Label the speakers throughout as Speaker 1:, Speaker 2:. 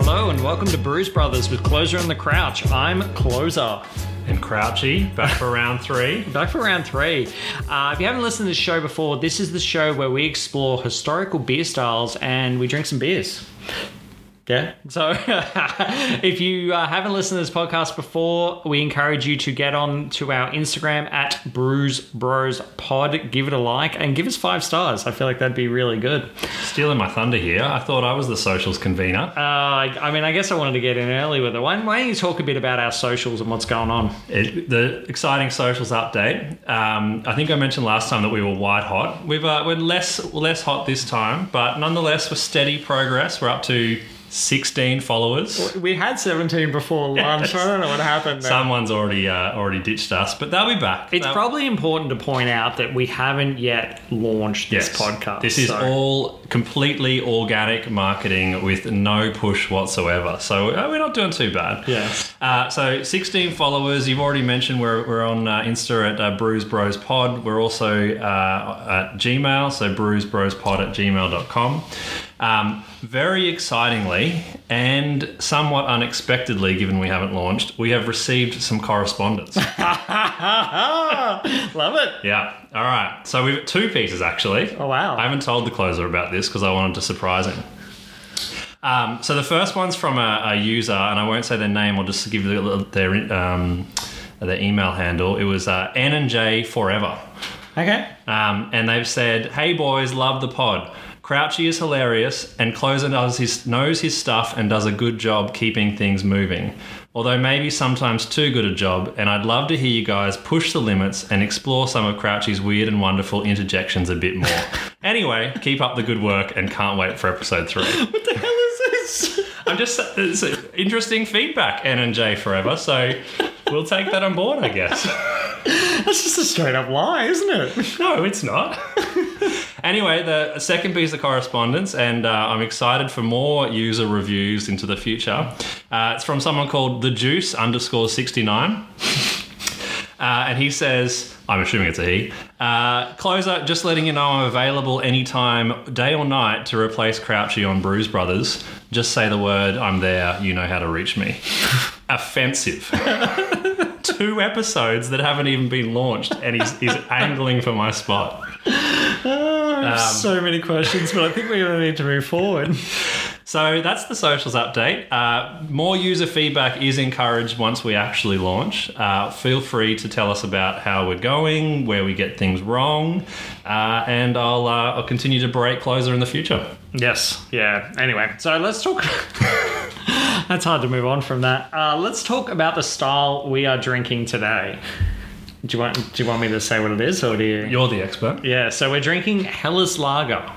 Speaker 1: welcome to Bruce Brothers with Closer and the Crouch. I'm Closer.
Speaker 2: And Crouchy, back for round three.
Speaker 1: Back for round three. Uh, if you haven't listened to the show before, this is the show where we explore historical beer styles and we drink some beers. Yeah. So if you uh, haven't listened to this podcast before, we encourage you to get on to our Instagram at Brews Bros Pod. Give it a like and give us five stars. I feel like that'd be really good.
Speaker 2: Stealing my thunder here. I thought I was the socials convener.
Speaker 1: Uh, I, I mean, I guess I wanted to get in early with it. Why, why don't you talk a bit about our socials and what's going on?
Speaker 2: It, the exciting socials update. Um, I think I mentioned last time that we were white hot. We've, uh, we're less, less hot this time, but nonetheless, we're steady progress. We're up to 16 followers.
Speaker 1: We had 17 before lunch. I don't know what happened. There.
Speaker 2: Someone's already uh, already ditched us, but they'll be back.
Speaker 1: It's
Speaker 2: They'll-
Speaker 1: probably important to point out that we haven't yet launched this
Speaker 2: Yes.
Speaker 1: podcast.
Speaker 2: This is
Speaker 1: so-
Speaker 2: all completely organic marketing with no push whatsoever. So uh, we're not doing too bad.
Speaker 1: Yes.
Speaker 2: Uh, so 16 followers. You've already mentioned we're, we're on uh, Insta at uh, Brews Bros Pod. We're also uh, at Gmail, so brewsbrospod at gmail.com. Um, very excitingly and somewhat unexpectedly, given we haven't launched, we have received some correspondence.
Speaker 1: Love it.
Speaker 2: Yeah. All right. So we've two pieces actually.
Speaker 1: Oh, wow.
Speaker 2: I haven't told the closer about this because I wanted to surprise him. Um, so the first one's from a, a user, and I won't say their name. I'll just give you the- their um, their email handle. It was uh, N and J Forever,
Speaker 1: Okay.
Speaker 2: um, and they've said, "Hey boys, love the pod." Crouchy is hilarious, and Closer knows his, knows his stuff and does a good job keeping things moving. Although maybe sometimes too good a job, and I'd love to hear you guys push the limits and explore some of Crouchy's weird and wonderful interjections a bit more. anyway, keep up the good work and can't wait for episode three.
Speaker 1: What the hell is this?
Speaker 2: I'm just it's interesting feedback, N and J forever. So we'll take that on board, I guess.
Speaker 1: That's just a straight up lie, isn't it?
Speaker 2: No, it's not. anyway, the second piece of correspondence, and uh, I'm excited for more user reviews into the future. Uh, it's from someone called the Juice underscore sixty nine. Uh, and he says, I'm assuming it's a he. Uh, closer, just letting you know I'm available anytime, day or night, to replace Crouchy on Bruise Brothers. Just say the word, I'm there, you know how to reach me. Offensive. Two episodes that haven't even been launched, and he's, he's angling for my spot.
Speaker 1: Oh, I have so many questions, but I think we're going to need to move forward.
Speaker 2: So that's the socials update. Uh, more user feedback is encouraged once we actually launch. Uh, feel free to tell us about how we're going, where we get things wrong, uh, and I'll, uh, I'll continue to break closer in the future.
Speaker 1: Yes. Yeah. Anyway, so let's talk. That's hard to move on from that. Uh, let's talk about the style we are drinking today. Do you want? Do you want me to say what it is, or do you?
Speaker 2: You're the expert.
Speaker 1: Yeah. So we're drinking Hellas Lager.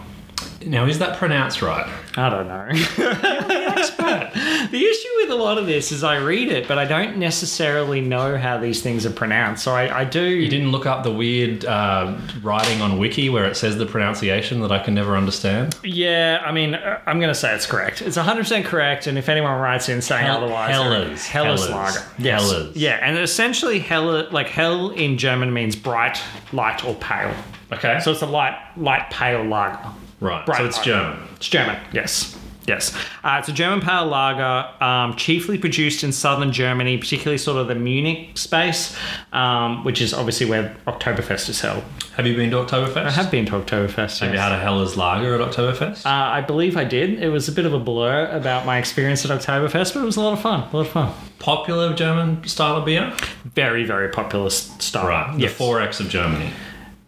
Speaker 2: Now, is that pronounced right?
Speaker 1: I don't know. the issue with a lot of this is I read it, but I don't necessarily know how these things are pronounced. So I, I
Speaker 2: You
Speaker 1: do.
Speaker 2: didn't look up the weird uh, writing on Wiki where it says the pronunciation that I can never understand?
Speaker 1: Yeah. I mean, uh, I'm going to say it's correct. It's 100 percent correct. And if anyone writes in saying
Speaker 2: Hel-
Speaker 1: otherwise,
Speaker 2: Hellas.
Speaker 1: Hellas
Speaker 2: Hellas.
Speaker 1: Lager. Yes.
Speaker 2: Hellas.
Speaker 1: Yeah. And essentially, hell like hell in German means bright, light, or pale.
Speaker 2: Okay.
Speaker 1: So it's a light, light, pale lager.
Speaker 2: right.
Speaker 1: Right.
Speaker 2: So it's German.
Speaker 1: It's German, yes. Yes. Uh, it's a German pale lager, um, chiefly produced in southern Germany, particularly sort of the Munich space, um, which is obviously where Oktoberfest is held.
Speaker 2: Have you been to Oktoberfest?
Speaker 1: I have been to Oktoberfest.
Speaker 2: Have you
Speaker 1: yes.
Speaker 2: had a Hellas Lager at Oktoberfest?
Speaker 1: uh, I believe I did. It was a bit of a blur about my experience at Oktoberfest, but it was a lot of fun. A lot of fun.
Speaker 2: Popular German style of beer?
Speaker 1: Very, very popular s- style.
Speaker 2: Right, the
Speaker 1: Yes.
Speaker 2: four X of Germany.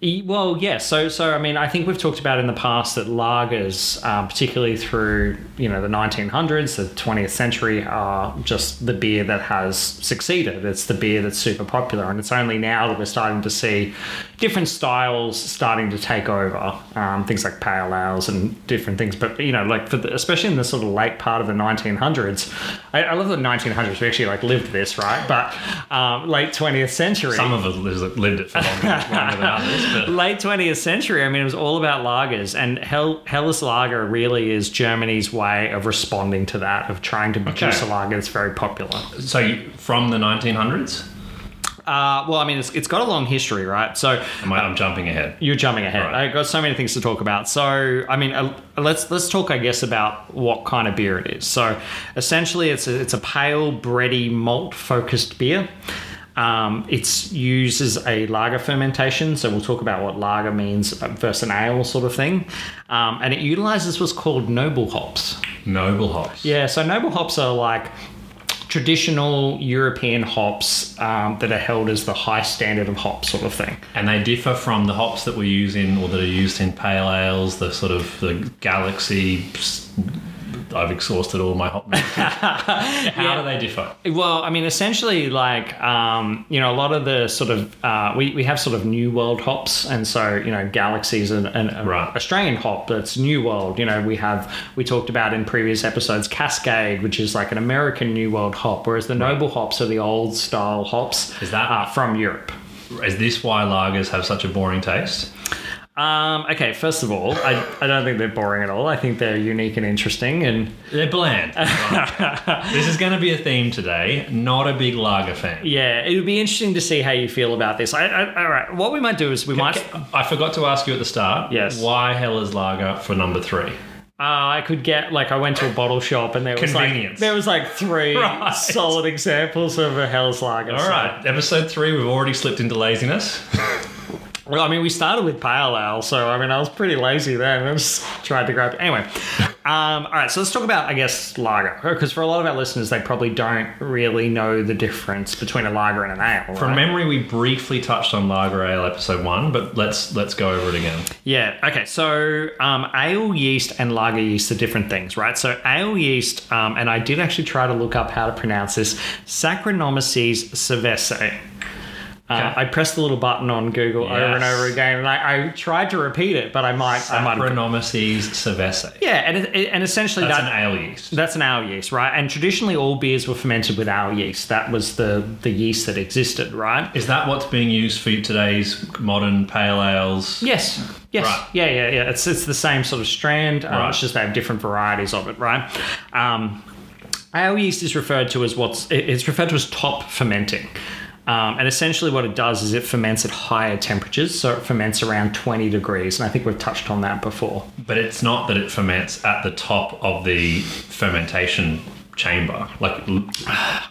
Speaker 1: E- Well, yeah. So, so I mean, I think we've talked about in the past that lagers, um, particularly through you know the 1900s, the 20th century, are just the beer that has succeeded. It's the beer that's super popular, and it's only now that we're starting to see different styles starting to take over. Um, things like pale ales and different things, but you know, like for the, especially in the sort of late part of the 1900s, I, I love the 1900s. We actually like lived this, right? But um, late 20th century,
Speaker 2: Some of us lives- lived it for longer, longer than others, but
Speaker 1: late 20th century i mean it was all about lagers and Hel- hellas lager really is germany's way of responding to that of trying to produce a lager that's very popular
Speaker 2: so you, from the 1900s,
Speaker 1: Uh, well, I mean, it's, it's got a long history, right? So
Speaker 2: Am I, I'm jumping ahead.
Speaker 1: you're jumping ahead.
Speaker 2: Right.
Speaker 1: I've got so many things to talk about. So, I mean, uh, let's let's talk, I guess, about what kind of beer it is. So, essentially, it's a, it's a pale, bready, malt focused beer. Um, it's used as a lager fermentation, so we'll talk about what lager means versus an ale sort of thing. Um, and it utilizes what's called noble hops.
Speaker 2: Noble hops.
Speaker 1: Yeah, so noble hops are like traditional European hops um, that are held as the high standard of hops, sort of thing.
Speaker 2: And they differ from the hops that we use in, or that are used in pale ales, the sort of the galaxy. I've exhausted all my hop. memories. How do they differ?
Speaker 1: Well, I mean, essentially, like um, you know, a lot of the sort of uh, we we have sort of new world hops, and so you know, galaxies and an, an
Speaker 2: Right.
Speaker 1: Australian hop that's new world. You know, we have we talked about in previous episodes, Cascade, which is like an American new world hop, whereas the noble hops are the old style hops
Speaker 2: Is that-
Speaker 1: uh, from Europe.
Speaker 2: Is this why lagers have such a boring taste?
Speaker 1: Um, okay, first of all, I, I don't think they're boring at all. I think they're unique and interesting, and
Speaker 2: They're bland. Right. this is going to be a theme today. Not a big lager fan.
Speaker 1: yeah, it would be interesting to see how you feel about this. I, I, all right, what we might do is we might.
Speaker 2: I forgot to ask you at the start.
Speaker 1: Yes.
Speaker 2: Why hell is lager for number three?
Speaker 1: Uh, I could get like I went to a bottle shop and there was like
Speaker 2: Convenience.
Speaker 1: there was like three
Speaker 2: Right.
Speaker 1: solid examples of a Hell's Lager.
Speaker 2: All right, episode three. We've already slipped into laziness.
Speaker 1: Well, I mean, we started with pale ale, so I mean, I was pretty lazy then. I just tried to grab. Anyway, um, all right. So let's talk about, I guess, lager, because for a lot of our listeners, they probably don't really know the difference between a lager and an ale.
Speaker 2: From
Speaker 1: right?
Speaker 2: memory, we briefly touched on lager ale episode one, but let's let's go over it again.
Speaker 1: Yeah. Okay. So um, ale yeast and lager yeast are different things, right? So ale yeast, um, and I did actually try to look up how to pronounce this Saccharomyces cerevisiae. Uh,
Speaker 2: Okay.
Speaker 1: I pressed the little button on Google over and
Speaker 2: Yes.
Speaker 1: over again, and I, I tried to repeat it, but I might, I might. have-
Speaker 2: Apronomyces cervese.
Speaker 1: Yeah, and it, it- and essentially
Speaker 2: That's
Speaker 1: that,
Speaker 2: an ale yeast.
Speaker 1: that's an ale yeast, right? And traditionally, all beers were fermented with ale yeast. That was the the yeast that existed, right?
Speaker 2: Is that what's being used for today's modern pale ales?
Speaker 1: Yes. Yes.
Speaker 2: Right.
Speaker 1: Yeah, yeah, yeah. It's it's the same sort of strand. Um,
Speaker 2: Right.
Speaker 1: It's just they have different varieties of it, right? Um, ale yeast is referred to as what's it- it's referred to as top fermenting. Um, and essentially, what it does is it ferments at higher temperatures, so it ferments around 20 degrees. And I think we've touched on that before.
Speaker 2: But it's not that it ferments at the top of the fermentation chamber. Like l-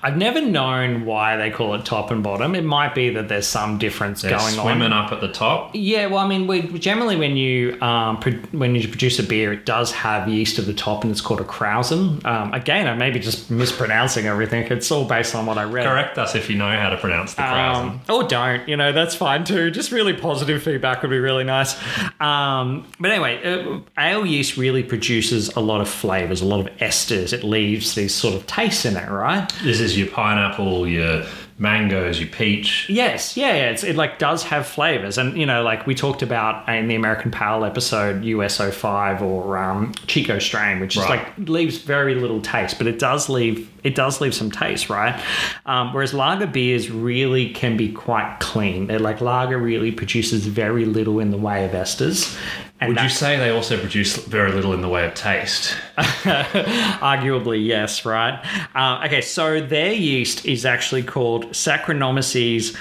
Speaker 1: I've never known why they call it top and bottom. It might be that there's some difference
Speaker 2: they're
Speaker 1: going on.
Speaker 2: swimming up at the top.
Speaker 1: Yeah, well, I mean, we, generally when you um, pro- when you produce a beer, it does have yeast at the top, and it's called a krausen. Um, again, I may be just mispronouncing everything. It's all based on what I read.
Speaker 2: Correct us if you know how to pronounce the krausen.
Speaker 1: Um, or don't, you know, that's fine too. Just really positive feedback would be really nice. Um, but anyway, uh, ale yeast really produces a lot of flavors, a lot of esters. It leaves these sort of tastes in it, right?
Speaker 2: this is your pineapple, your mangoes, your peach.
Speaker 1: Yes, yeah, yeah. It's, it like does have flavors, and you know, like we talked about in the American Pale episode, USO5 or um, Chico Strain, which is
Speaker 2: Right.
Speaker 1: like leaves very little taste, but it does leave it does leave some taste, right? Um, whereas lager beers really can be quite clean. They're like lager really produces very little in the way of esters, and
Speaker 2: Would you
Speaker 1: that-
Speaker 2: say they also produce very little in the way of taste?
Speaker 1: Arguably, yes, right? Uh, okay, so their yeast is actually called Saccharomyces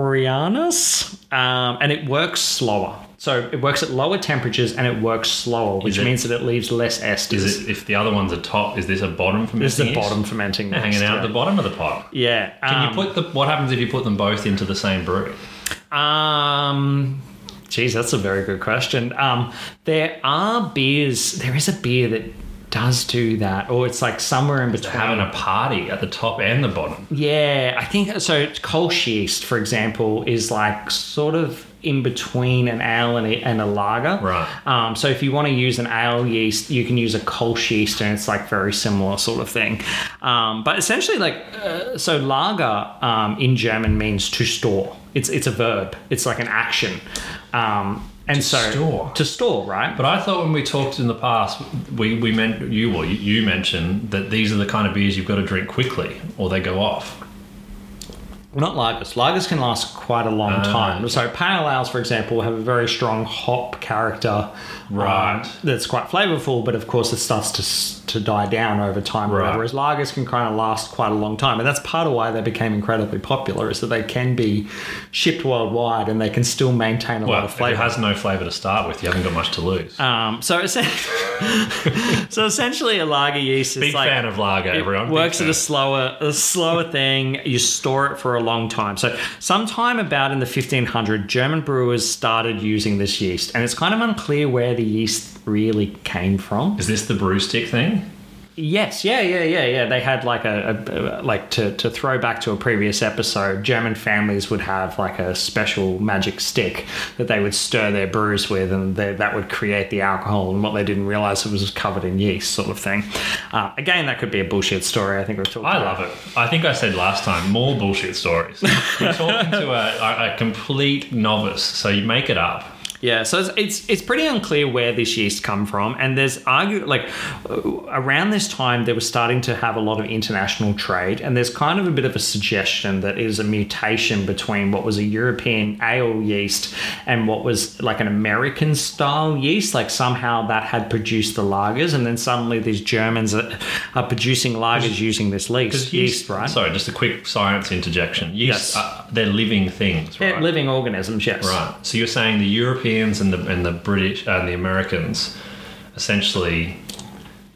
Speaker 1: pastorianus, um, and it works slower. So it works at lower temperatures and it works slower, which
Speaker 2: it-
Speaker 1: means that it leaves less esters.
Speaker 2: Is it if the other one's a top? Is this a bottom for me?
Speaker 1: this is the bottom fermenting.
Speaker 2: hanging
Speaker 1: yeast,
Speaker 2: out at the bottom of the pot.
Speaker 1: Yeah. yeah.
Speaker 2: Can
Speaker 1: um,
Speaker 2: you put the what happens if you put them both into the same brew?
Speaker 1: Um, geez, that's a very good question. Um, there are beers. There is a beer that does do that, or it's like somewhere in between.
Speaker 2: Having a party at the top and the bottom.
Speaker 1: Yeah, I think so. Kolsch yeast, for example, is like sort of in between an ale and a, and a lager.
Speaker 2: Right.
Speaker 1: Um, so if you want to use an ale yeast, you can use a Kolsch yeast, and it's like very similar sort of thing. Um, but essentially, like uh, so, lager um, in German means to store. It's it's a verb. It's like an action. Um, and so
Speaker 2: store.
Speaker 1: to store, right?
Speaker 2: But I thought when we talked in the past, we, we meant you well, you mentioned that these are the kind of beers you've got to drink quickly or they go off.
Speaker 1: Not lagers. Lagers can last quite a long
Speaker 2: Ah,
Speaker 1: time. So pale ales, for example, have a very strong hop character,
Speaker 2: Right.
Speaker 1: uh, that's quite flavorful, but of course it starts to s- to die down over time. or
Speaker 2: Right.
Speaker 1: whatever. Whereas lagers can kind of last quite a long time, and that's part of why they became incredibly popular, is that they can be shipped worldwide and they can still maintain a lot
Speaker 2: Well,
Speaker 1: of
Speaker 2: if it
Speaker 1: flavor.
Speaker 2: has no flavour to start with, you haven't got much to lose.
Speaker 1: um, so, essen- so essentially, a lager yeast is
Speaker 2: Big
Speaker 1: like
Speaker 2: fan of lager, everyone. Big
Speaker 1: works at
Speaker 2: fan.
Speaker 1: a slower a slower thing you store it for a long time so sometime about in the 1500 german brewers started using this yeast and it's kind of unclear where the yeast really came from
Speaker 2: Is this the brew stick thing?
Speaker 1: yes yeah yeah yeah yeah they had like a, a- a like to, to throw back to a previous episode german families would have like a special magic stick that they would stir their brews with and they, that would create the alcohol and what they didn't realize it was covered in yeast sort of thing uh, again that could be a bullshit story i think we've talked
Speaker 2: I
Speaker 1: about
Speaker 2: love it. I think I said last time more bullshit stories. You're talking to a, a, a complete novice, so you make it up.
Speaker 1: Yeah, so it's, it's it's pretty unclear where this yeast come from, and there's argue like uh, around this time they were starting to have a lot of international trade, and there's kind of a bit of a suggestion that it is a mutation between what was a European ale yeast and what was like an American style yeast. Like somehow that had produced the lagers, and then suddenly these Germans are, are producing lagers using this yeast, yeast, right?
Speaker 2: Sorry, just a quick science interjection. Yeast,
Speaker 1: Yes.
Speaker 2: uh, they're living things,
Speaker 1: They're
Speaker 2: right?
Speaker 1: living organisms, yes.
Speaker 2: right. So you're saying the Europeans and the and the British and the Americans, essentially,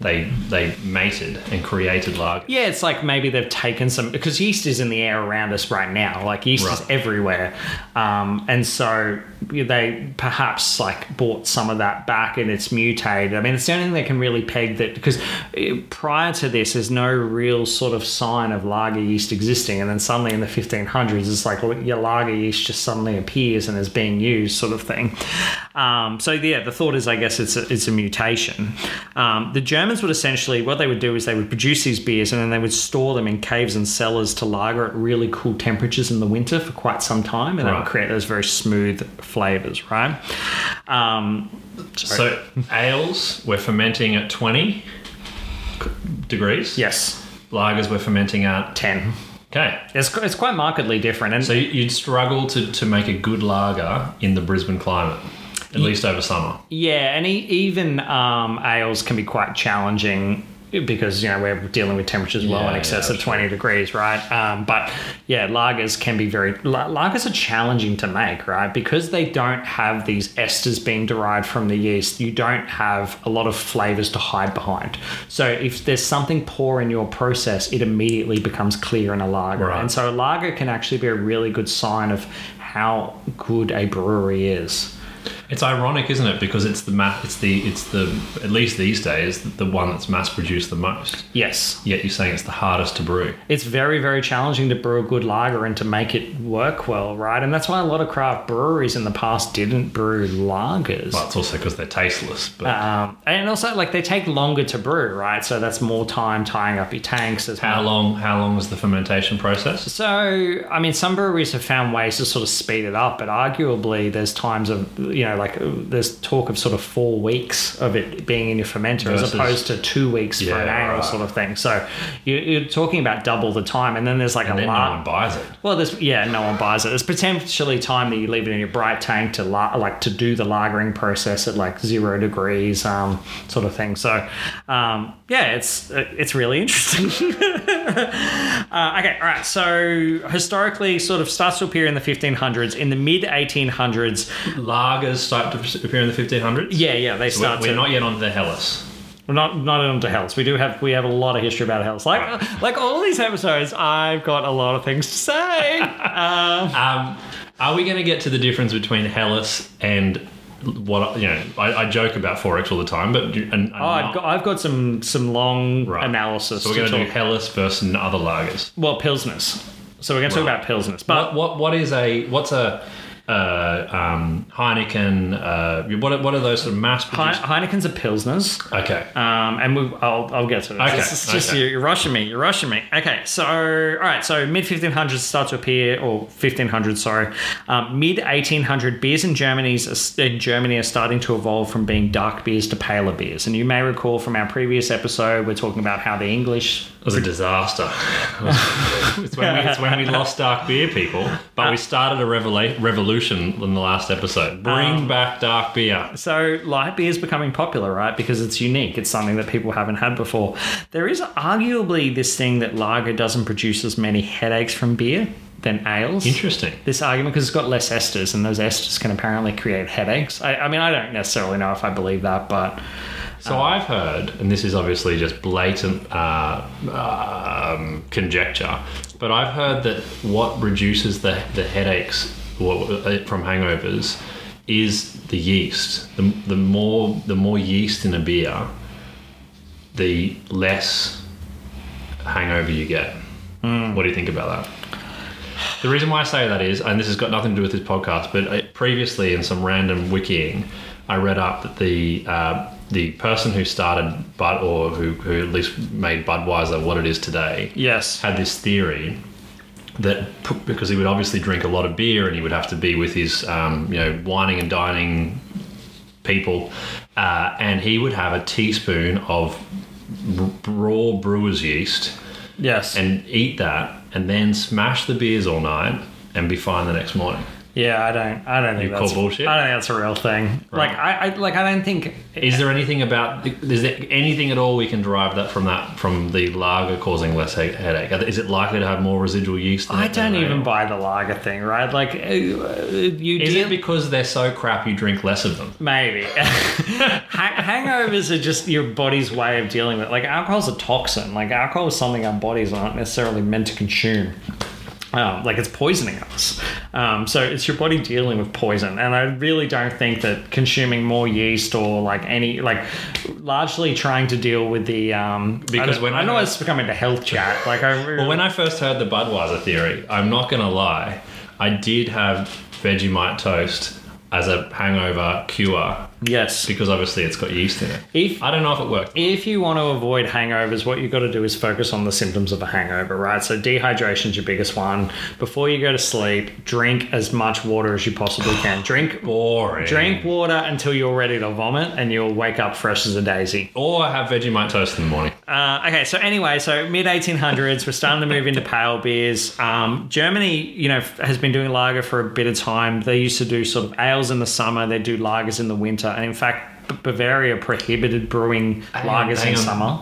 Speaker 2: they they mated and created lager.
Speaker 1: Yeah, it's like maybe they've taken some because yeast is in the air around us right now. Like yeast is
Speaker 2: Right.
Speaker 1: everywhere, um, and so they perhaps like bought some of that back and it's mutated. I mean, it's the only thing they can really peg that because eh, prior to this, there's no real sort of sign of lager yeast existing, and then suddenly in the 1500s, it's like well, your lager yeast just suddenly appears and is being used, sort of thing. Um, so yeah, the thought is, I guess it's a, it's a mutation. Um, the Germans would essentially what they would do is they would produce these beers and then they would store them in caves and cellars to lager at really cool temperatures in the winter for quite some time, and that
Speaker 2: Right.
Speaker 1: would create those very smooth flavors, right? Um,
Speaker 2: So ales, we're fermenting at 20 degrees.
Speaker 1: yes,
Speaker 2: Lagers, we're fermenting at
Speaker 1: ten.
Speaker 2: okay.
Speaker 1: It's it's quite markedly different, and
Speaker 2: So you- you'd struggle to, to make a good lager in the Brisbane climate, at least over summer.
Speaker 1: Yeah, and e- even um, ales can be quite challenging because you know we're dealing with temperatures well
Speaker 2: Yeah,
Speaker 1: in excess
Speaker 2: yeah,
Speaker 1: of 20 degrees right um, but yeah lagers can be very la- lagers are challenging to make right because they don't have these esters being derived from the yeast you don't have a lot of flavors to hide behind so if there's something poor in your process it immediately becomes clear in a lager
Speaker 2: Right.
Speaker 1: and so a lager can actually be a really good sign of how good a brewery is
Speaker 2: It's ironic, isn't it? Because it's the ma- it's the it's the at least these days the one that's mass produced the most.
Speaker 1: yes
Speaker 2: Yet you're saying it's the hardest to brew.
Speaker 1: it's very very challenging to brew a good lager and to make it work well right and that's why a lot of craft breweries in the past didn't brew lagers
Speaker 2: Well, it's also because they're tasteless. But
Speaker 1: um, and also like they take longer to brew right so that's more time tying up your tanks as
Speaker 2: how
Speaker 1: well.
Speaker 2: long how long was the fermentation process?
Speaker 1: so i mean some breweries have found ways to sort of speed it up but arguably there's times of you know like uh, there's talk of sort of four weeks of it being in your fermenter as
Speaker 2: Versus-
Speaker 1: opposed to two weeks for an
Speaker 2: Yeah,
Speaker 1: ale
Speaker 2: right.
Speaker 1: sort of thing so you, you're talking about double the time and then there's like a
Speaker 2: Then
Speaker 1: lar-
Speaker 2: no one buys it.
Speaker 1: Well, there's yeah, no one buys it. There's potentially time that you leave it in your bright tank to la- like to do the lagering process at like zero degrees, um, sort of thing. So, um, yeah, it's it's really interesting. Uh, okay, all right. So historically, sort of starts to appear in the 1500s. In the mid 1800s,
Speaker 2: Lagers start to appear in the 1500s.
Speaker 1: yeah, yeah, they
Speaker 2: we're,
Speaker 1: start
Speaker 2: we're
Speaker 1: to
Speaker 2: not yet on the Hellas.
Speaker 1: We're not not onto Hells. We do have we have a lot of history about Hells. Like like all these episodes, I've got a lot of things to say. um,
Speaker 2: Um, are we going to get to the difference between Hellas and what you know? I, I joke about forex all the time, but do- and, and
Speaker 1: Oh, I've
Speaker 2: not-
Speaker 1: got, I've got some some long
Speaker 2: Right.
Speaker 1: analysis.
Speaker 2: So we're going
Speaker 1: to
Speaker 2: to
Speaker 1: talk.
Speaker 2: do Hellas versus other lagers.
Speaker 1: well, pilsners. So we're going to
Speaker 2: Right.
Speaker 1: talk about pilsners, but
Speaker 2: What what what is a what's a uh, um, Heineken? Uh, what are- what are those sort of mass
Speaker 1: He-
Speaker 2: produced?
Speaker 1: Heineken's are pilsners.
Speaker 2: okay.
Speaker 1: Um, and we, I'll, I'll get to it.
Speaker 2: Okay,
Speaker 1: It's just- it's just
Speaker 2: okay.
Speaker 1: you, you're rushing me. You're rushing me. Okay, so all right, so mid 1500s start to appear, or 1500, sorry, um, mid 1800 beers in Germany's in Germany are starting to evolve from being dark beers to paler beers. And you may recall from our previous episode, we're talking about how the English
Speaker 2: It was a disaster. it's, when we, it's when we lost dark beer, people. But we started a revela- revolution in the last episode. Bring back dark beer.
Speaker 1: So light beer is becoming popular, right? Because it's unique. It's something that people haven't had before. There is arguably this thing that lager doesn't produce as many headaches from beer than ales.
Speaker 2: Interesting.
Speaker 1: This argument because it's got less esters, and those esters can apparently create headaches. I, I mean, I don't necessarily know if I believe that, but
Speaker 2: So I've heard, and this is obviously just blatant uh, um, conjecture, but I've heard that what reduces the, the headaches what- uh, from hangovers is the yeast. The, the more the more yeast in a beer, the less hangover you get. What do you think about that? The reason why I say that is, and this has got nothing to do with this podcast, but I, previously in some random wikiing, I read up that the uh, the person who started Bud, or who, who at least made Budweiser what it is today,
Speaker 1: yes,
Speaker 2: had this theory that p- because he would obviously drink a lot of beer and he would have to be with his um, you know whining and dining people, uh, and he would have a teaspoon of r- raw brewer's yeast
Speaker 1: yes,
Speaker 2: and eat that and then smash the beers all night and be fine the next morning.
Speaker 1: yeah. I don't. I don't think
Speaker 2: You call
Speaker 1: that's
Speaker 2: bullshit?
Speaker 1: I don't think that's a real thing. Like I, I, like I don't think.
Speaker 2: Is there anything about is there anything at all we can derive that from that from the lager causing less he- headache? Is it likely to have more residual yeast? in
Speaker 1: I
Speaker 2: it than
Speaker 1: don't
Speaker 2: an
Speaker 1: even
Speaker 2: ale?
Speaker 1: buy the lager thing, right? Like, uh, you
Speaker 2: Is
Speaker 1: deal-
Speaker 2: it because they're so crap you drink less of them?
Speaker 1: Maybe. Ha- Hangovers are just your body's way of dealing with it. Like, alcohol's a toxin. Like, alcohol is something our bodies aren't necessarily meant to consume. Um, like, it's poisoning us. Um, so, it's your body dealing with poison. And I really don't think that consuming more yeast or, like, any, like, largely trying to deal with the. Um,
Speaker 2: Because
Speaker 1: I
Speaker 2: when
Speaker 1: I
Speaker 2: I
Speaker 1: know
Speaker 2: heard-
Speaker 1: it's becoming a health chat. Like, I really.
Speaker 2: Well, when I first heard the Budweiser theory, I'm not gonna lie, I did have Vegemite toast as a hangover cure
Speaker 1: yes.
Speaker 2: because obviously it's got yeast in it.
Speaker 1: If
Speaker 2: I don't know if it worked.
Speaker 1: if you want to avoid hangovers, what you've got to do is focus on the symptoms of a hangover, right? So dehydration's your biggest one. Before you go to sleep, drink as much water as you possibly can. Drink
Speaker 2: Boring.
Speaker 1: drink water until you're ready to vomit, and you'll wake up fresh as a daisy.
Speaker 2: or have Vegemite toast in the morning.
Speaker 1: Uh, okay, so anyway, so mid 1800s, we're starting to move into pale beers. Um, Germany, you know, f- has been doing lager for a bit of time. They used to do sort of ales in the summer. They do lagers in the winter, and in fact. B- Bavaria prohibited brewing
Speaker 2: on,
Speaker 1: lagers
Speaker 2: hang
Speaker 1: in
Speaker 2: on.
Speaker 1: summer.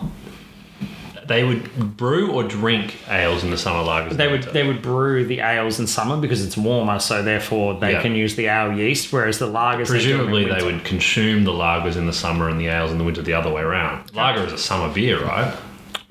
Speaker 2: They would brew or drink ales in the summer lagers.
Speaker 1: They would they would brew the ales in summer because it's warmer, so therefore they
Speaker 2: Yeah.
Speaker 1: can use the ale yeast. Whereas the lagers, they do in
Speaker 2: presumably they
Speaker 1: winter.
Speaker 2: would consume the lagers in the summer and the ales in the winter the other way around. Lager is a summer beer, right?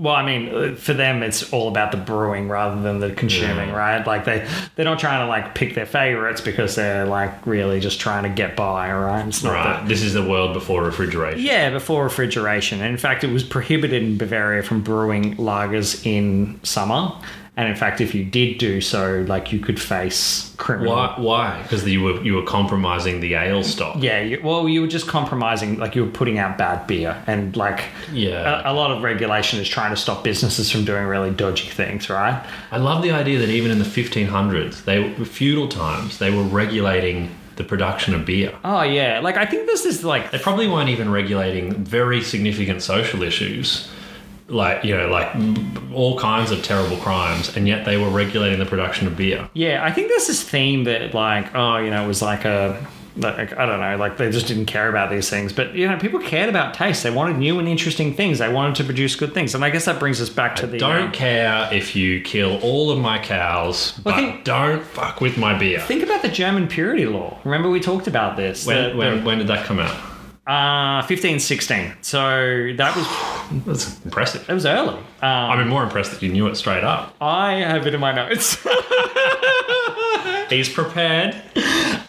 Speaker 1: Well, I mean, uh, for them, it's all about the brewing rather than the consuming,
Speaker 2: Yeah.
Speaker 1: right? Like they they're not trying to like pick their favorites because they're like really just trying to get by, all right? It's not
Speaker 2: Right.
Speaker 1: that.
Speaker 2: This is the world before refrigeration.
Speaker 1: Yeah, before refrigeration. And in fact, it was prohibited in Bavaria from brewing lagers in summer. And in fact, if you did do so, like you could face criminal
Speaker 2: Why? Why? Because you were you were compromising the ale stock.
Speaker 1: Yeah, you, well, you were just compromising, like you were putting out bad beer, and like
Speaker 2: Yeah.
Speaker 1: a, a lot of regulation is trying to stop businesses from doing really dodgy things, right?
Speaker 2: I love the idea that even in the 1500s, they feudal times, they were regulating the production of beer.
Speaker 1: Oh yeah, like I think this is like
Speaker 2: They probably weren't even regulating very significant social issues, like you know, like all kinds of terrible crimes, and yet they were regulating the production of beer.
Speaker 1: yeah, I think there's this theme that like oh you know it was like a like I don't know like they just didn't care about these things, but you know people cared about taste. They wanted new and interesting things. They wanted to produce good things, and I guess that brings us back to the
Speaker 2: Don't
Speaker 1: um,
Speaker 2: care if you kill all of my cows, but
Speaker 1: Well, think-
Speaker 2: don't fuck with my beer.
Speaker 1: think about the German purity law. Remember we talked about this.
Speaker 2: when,
Speaker 1: the-
Speaker 2: when, when did that come out?
Speaker 1: uh, fifteen sixteen. So that was
Speaker 2: That's impressive.
Speaker 1: that was early. Um,
Speaker 2: I've been more impressed that you knew it straight up.
Speaker 1: I have it in my notes.
Speaker 2: He's prepared.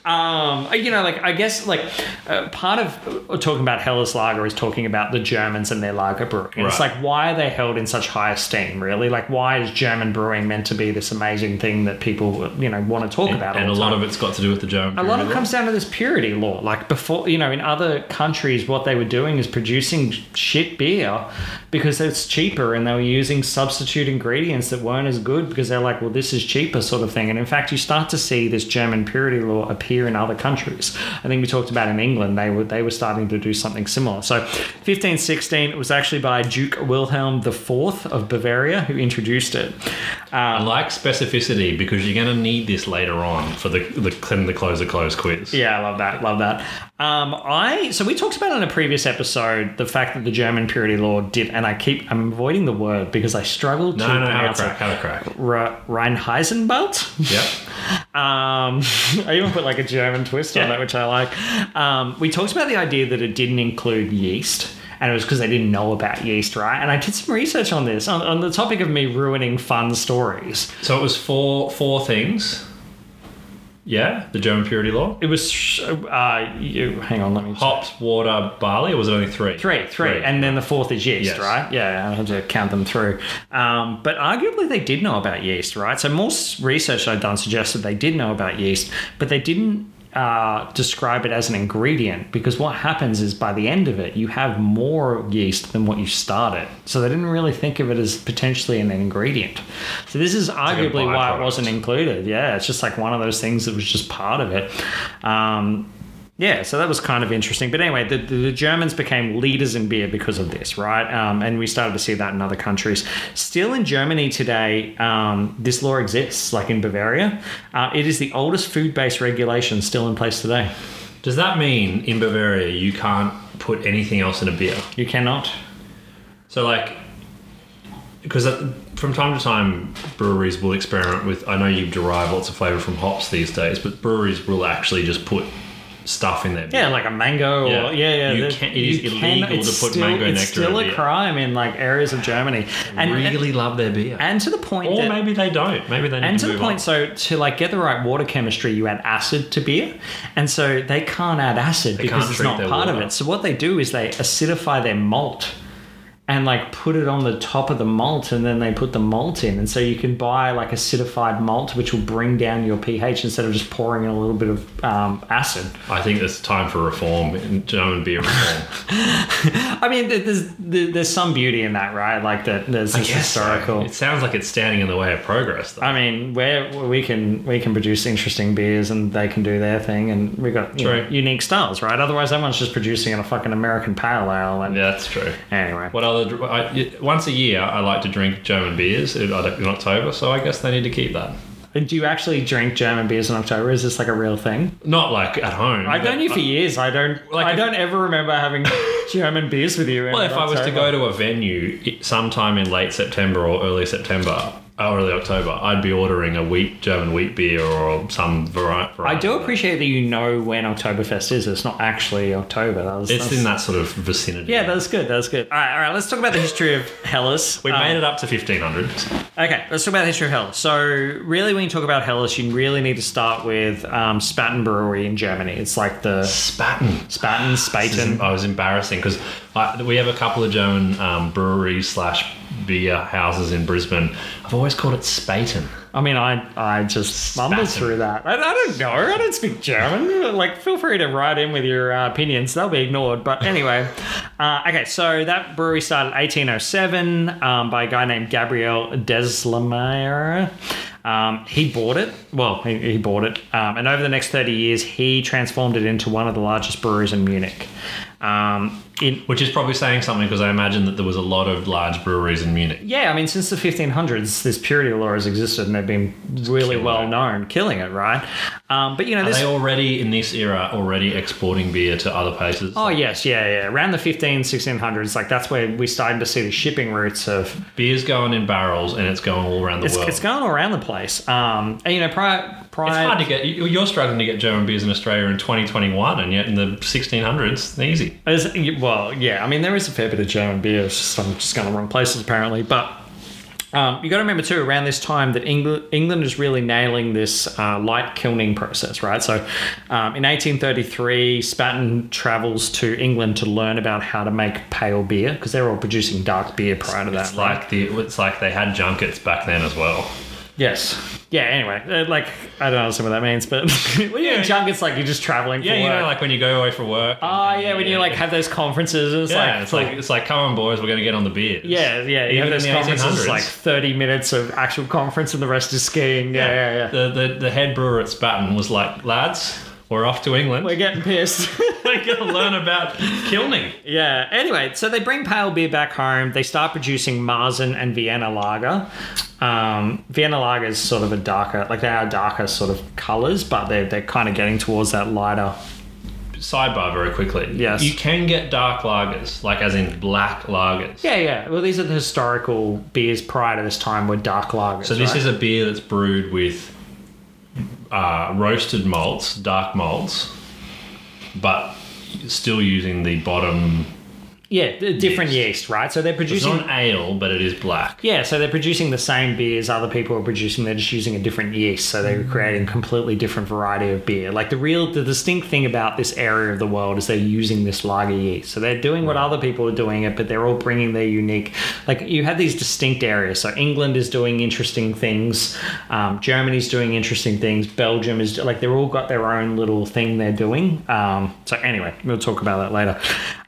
Speaker 1: um, you know, like I guess like uh, part of uh, talking about Hellas Lager is talking about the Germans and their lager brewing. And It's
Speaker 2: Right.
Speaker 1: like why are they held in such high esteem? Really, like why is German brewing meant to be this amazing thing that people you know want to talk about?
Speaker 2: and a
Speaker 1: all the
Speaker 2: lot
Speaker 1: time?
Speaker 2: of it's got to do with the German.
Speaker 1: A lot of it
Speaker 2: period.
Speaker 1: comes down to this purity law. Like before, you know, in other countries, what they were doing is producing shit beer because it's cheaper, and they were using substitute ingredients that weren't as good because they're like, well, this is cheaper, sort of thing. And in fact, you start to see this German purity law appear in other countries. I think we talked about in England, they were they were starting to do something similar. So 1516 it was actually by Duke Wilhelm IV of Bavaria who introduced it.
Speaker 2: I like specificity because you're going to need this later on for the the, the close the close quiz.
Speaker 1: Yeah, I love that. Love that. Um, I so we talked about in a previous episode the fact that the German purity law did, and I keep I'm avoiding the word because I struggle to
Speaker 2: No, no, have a
Speaker 1: pronounce
Speaker 2: crack,
Speaker 1: it.
Speaker 2: have a crack.
Speaker 1: Re- Reinheisenbelt.
Speaker 2: Yep.
Speaker 1: Um, I even put like a German twist on
Speaker 2: Yeah.
Speaker 1: it, which I like. Um, we talked about the idea that it didn't include yeast. And it was because they didn't know about yeast, right? And I did some research on this, on, on the topic of me ruining fun stories.
Speaker 2: So it was four four things. Yeah, the German purity law.
Speaker 1: It was, sh- uh, you, hang on, let me.
Speaker 2: Hops, water, barley, or was it only three?
Speaker 1: Three, three, and then the fourth is yeast,
Speaker 2: Yes.
Speaker 1: right? Yeah, I had to count them through. Um, but arguably, they did know about yeast, right? So most research I've done suggests that they did know about yeast, but they didn't uh, describe it as an ingredient because what happens is by the end of it, you have more yeast than what you started. So they didn't really think of it as potentially an ingredient. So this is
Speaker 2: a
Speaker 1: arguably why it
Speaker 2: byproduct.
Speaker 1: wasn't included. Yeah, it's just like one of those things that was just part of it. Um, yeah, so that was kind of interesting. But anyway, the, the, the Germans became leaders in beer because of this, right? Um, and we started to see that in other countries. Still in Germany today, um, this law exists, like in Bavaria. Uh, it is the oldest food based regulation still in place today.
Speaker 2: Does that mean in Bavaria you can't put anything else in a beer?
Speaker 1: You cannot.
Speaker 2: So like, because from time to time breweries will experiment with. I know you derive lots of flavor from hops these days, but breweries will actually just put stuff in their beer.
Speaker 1: Yeah, like a mango.
Speaker 2: Yeah.
Speaker 1: Or, yeah, yeah.
Speaker 2: You
Speaker 1: there-
Speaker 2: can- it is
Speaker 1: you
Speaker 2: illegal
Speaker 1: it's
Speaker 2: to put
Speaker 1: still,
Speaker 2: mango
Speaker 1: It's
Speaker 2: nectar
Speaker 1: still
Speaker 2: in
Speaker 1: a
Speaker 2: beer.
Speaker 1: crime in like areas of Germany. And, and,
Speaker 2: really love their beer.
Speaker 1: and to the point
Speaker 2: or
Speaker 1: that,
Speaker 2: maybe they don't. Maybe they need
Speaker 1: And to
Speaker 2: to,
Speaker 1: the
Speaker 2: move
Speaker 1: point,
Speaker 2: on.
Speaker 1: so to like get the right water chemistry, you add acid to beer, and so they can't add acid because
Speaker 2: can't
Speaker 1: it's
Speaker 2: treat
Speaker 1: not
Speaker 2: their
Speaker 1: part of
Speaker 2: water.
Speaker 1: it. So what they do is they acidify their malt and like put it on the top of the malt, and then they put the malt in, and so you can buy like acidified malt, which will bring down your pH instead of just pouring in a little bit of um, acid.
Speaker 2: I think it's time for reform in German beer reform.
Speaker 1: I mean, th- there's th- there's some beauty in that, right? Like that there's this
Speaker 2: Yes, so.
Speaker 1: historical.
Speaker 2: It sounds like it's standing in the way of progress. Though.
Speaker 1: I mean, where we can we can produce interesting beers and they can do their thing, and we got you know,
Speaker 2: True.
Speaker 1: unique styles, right? Otherwise, everyone's just producing in a fucking American pale ale. And
Speaker 2: yeah, that's true.
Speaker 1: anyway,
Speaker 2: What other? dr- I, once a year, I like to drink German beers in in October, so I guess they need to keep that.
Speaker 1: do you actually drink German beers in October? Is this like a real thing?
Speaker 2: Not like at home.
Speaker 1: I've known you for years. I don't
Speaker 2: Like
Speaker 1: I
Speaker 2: if-
Speaker 1: don't ever remember having German beers with you. in
Speaker 2: Well, if I was to
Speaker 1: October.
Speaker 2: go to a venue i- sometime in late September or early September, or early October, I'd be ordering a wheat German wheat beer or some variety.
Speaker 1: I do appreciate that you know when Oktoberfest is. It's not actually October. That was,
Speaker 2: It's
Speaker 1: that's-
Speaker 2: in that sort of vicinity.
Speaker 1: Yeah, that's good. That's good. All right, all right. Let's talk about the history of Hellas.
Speaker 2: we
Speaker 1: Um,
Speaker 2: made it up to 1500.
Speaker 1: Okay, let's talk about the history of Hellas. So, really, when you talk about Hellas, you really need to start with um, Spaten Brewery in Germany. It's like the
Speaker 2: Spaten.
Speaker 1: Spaten, Spaten.
Speaker 2: I was embarrassing because we have a couple of German um, breweries slash beer houses in Brisbane. I've always called it Spaten.
Speaker 1: I mean, I I just mumbled
Speaker 2: Spaten.
Speaker 1: through that. I, I don't know. I don't speak German. Like, feel free to write in with your uh, opinions. They'll be ignored. But anyway, uh, okay. So that brewery started 1807 um, by a guy named Gabriel Deslemayer. Um, he bought it. Well, he, he bought it, um, and over the next 30 years, he transformed it into one of the largest breweries in Munich. Um, in
Speaker 2: Which is probably saying something because I imagine that there was a lot of large breweries in Munich.
Speaker 1: yeah, I mean, since the 1500s, this purity law has existed, and they've been really
Speaker 2: killing
Speaker 1: well
Speaker 2: it.
Speaker 1: known, killing it, right? Um, but you know,
Speaker 2: Are
Speaker 1: this
Speaker 2: they already in this era already exporting beer to other places?
Speaker 1: Oh yes, yeah, yeah. Around the 15, 1600s, like that's where we started to see the shipping routes of
Speaker 2: Beer's going in barrels and it's going all around the
Speaker 1: it's,
Speaker 2: world.
Speaker 1: it's going all around the place. Um, and you know, prior prior
Speaker 2: It's hard to get. you- You're struggling to get German beers in Australia in 2021, and yet in the 1600s, they're easy.
Speaker 1: As- well, yeah. I mean, there is a fair bit of German beer. It's just I'm just going to wrong places apparently. But um, you got to remember too, around this time that England England is really nailing this uh, light kilning process, right? So um, in 1833, Spaten travels to England to learn about how to make pale beer because they were all producing dark beer prior to that.
Speaker 2: It's like the. It's like they had junkets back then as well.
Speaker 1: Yes. yeah, anyway, uh, like I don't understand what that means, but when you're
Speaker 2: Yeah.
Speaker 1: in junk, it's like you're just traveling. For
Speaker 2: Yeah, you
Speaker 1: work.
Speaker 2: know, like when you go away for work.
Speaker 1: oh yeah, when you like have those conferences, and it's
Speaker 2: yeah,
Speaker 1: like
Speaker 2: it's like it's like, come on, boys, we're gonna get on the beers.
Speaker 1: yeah, yeah, you have
Speaker 2: Even in
Speaker 1: those
Speaker 2: the
Speaker 1: conferences
Speaker 2: 1800s.
Speaker 1: like thirty minutes of actual conference, and the rest is skiing. Yeah, yeah, yeah.
Speaker 2: The, the the head brewer at Spatten was like, lads, we're off to England.
Speaker 1: We're getting pissed.
Speaker 2: We're gonna learn about kilning.
Speaker 1: Yeah. Anyway, so they bring pale beer back home. They start producing Marzen and Vienna Lager. Um, Vienna Lager is sort of a darker, like they are darker sort of colors, but they're they're kind of getting towards that lighter.
Speaker 2: Sidebar very quickly.
Speaker 1: Yes.
Speaker 2: You can get dark lagers, like as in black lagers.
Speaker 1: Yeah, yeah. Well, these are the historical beers prior to this time were dark lagers.
Speaker 2: So this is a beer that's brewed with uh, roasted malts, dark malts, but still using the bottom.
Speaker 1: yeah, the different yeast. right? So they're
Speaker 2: It's
Speaker 1: producing.
Speaker 2: not an ale, but it is black.
Speaker 1: Yeah, so they're producing the same beers other people are producing. They're just using a different yeast, so they're creating a completely different variety of beer. Like the real, the distinct thing about this area of the world is they're using this lager yeast. So they're doing what other people are doing it, but they're all bringing their unique. Like you have these distinct areas. So England is doing interesting things. Um, Germany's doing interesting things. Belgium is like they're all got their own little thing they're doing. Um, so anyway, we'll talk about that later.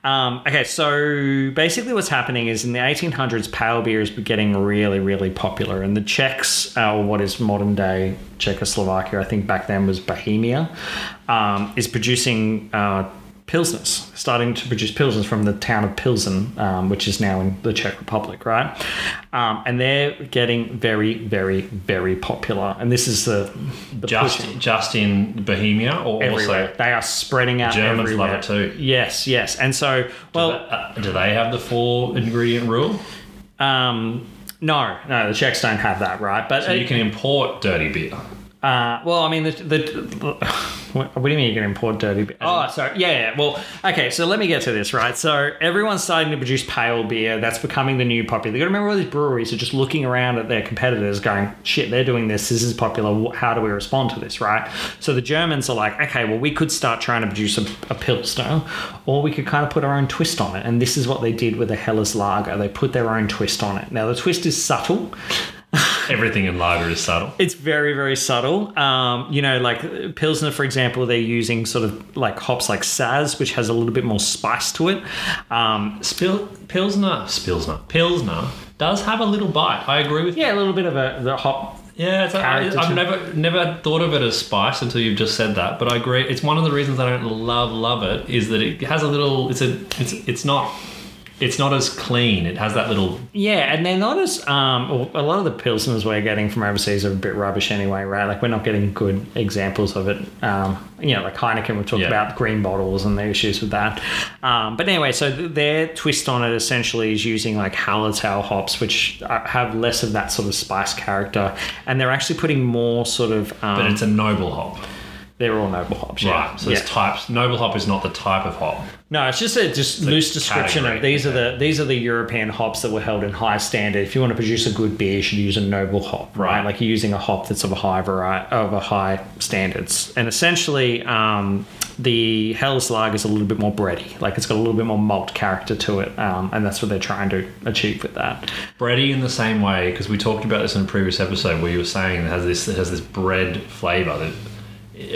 Speaker 1: Um, okay, so basically what's happening is in the 1800s, pale beer is getting really, really popular, and the Czechs, uh, or what is modern day Czechoslovakia, I think back then was Bohemia, um, is producing. Uh, Pilsners, starting to produce Pilsners from the town of Pilsen, um, which is now in the Czech Republic, right? Um, and they're getting very, very, very popular. And this is the, the pushing
Speaker 2: Just just in Bohemia, or
Speaker 1: everywhere.
Speaker 2: also.
Speaker 1: they are spreading out.
Speaker 2: Germans
Speaker 1: everywhere.
Speaker 2: love it too.
Speaker 1: Yes, yes. And so, well,
Speaker 2: Uh, do they have the four ingredient rule?
Speaker 1: um, no, no, the Czechs don't have that, right? But
Speaker 2: So you can import dirty beer.
Speaker 1: Uh, well, I mean, the, the, what, what do you mean you can import dirty beer? Oh, sorry. Yeah, yeah. Well, okay. So let me get to this, right? So everyone's starting to produce pale beer. That's becoming the new popular. You got to remember all these breweries are just looking around at their competitors, going, "Shit, they're doing this. This is popular. Wh- How do we respond to this?" Right? So the Germans are like, "Okay, well, we could start trying to produce a, a pilsner, or we could kind of put our own twist on it." And this is what they did with the Hellas Lager. They put their own twist on it. Now the twist is subtle.
Speaker 2: Everything in lager is subtle.
Speaker 1: It's very, very subtle. Um, you know, like Pilsner, for example, they're using sort of like hops like Saz, which has a little bit more spice to it. Um,
Speaker 2: Spil- Pilsner, Spilsner, Pilsner does have a little bite. I agree with you.
Speaker 1: yeah, a little bit of a the hop.
Speaker 2: Yeah, it's I,
Speaker 1: Character to-
Speaker 2: I've never never thought of it as spice until you've just said that. But I agree. It's one of the reasons I don't love love it is that it has a little. It's a. It's it's not. It's not as clean. It has that little.
Speaker 1: Yeah, and they're not as um, a lot of the Pilsners we're getting from overseas are a bit rubbish anyway, right? Like we're not getting good examples of it. Um, you know, like Heineken, we talked
Speaker 2: Yeah.
Speaker 1: about green bottles and the issues with that. Um, but anyway, so th- their twist on it essentially is using like Hallertau hops, which uh, have less of that sort of spice character, and they're actually putting more sort of. Um,
Speaker 2: But it's a noble hop,
Speaker 1: they're all noble hops, yeah.
Speaker 2: right? So
Speaker 1: yeah.
Speaker 2: it's types. Noble hop is not the type of hop.
Speaker 1: No, it's just a just loose description of
Speaker 2: category,
Speaker 1: these are the these are the European hops that were held in high standard. If you want to produce a good beer, you should use a noble hop, right?
Speaker 2: Right.
Speaker 1: Like you're using a hop that's of a high variety of a high standards. And essentially, um, the Hell's Lager is a little bit more bready. Like it's got a little bit more malt character to it, um, and that's what they're trying to achieve with that.
Speaker 2: Bready in the same way because we talked about this in a previous episode where you were saying it has this it has this bread flavour that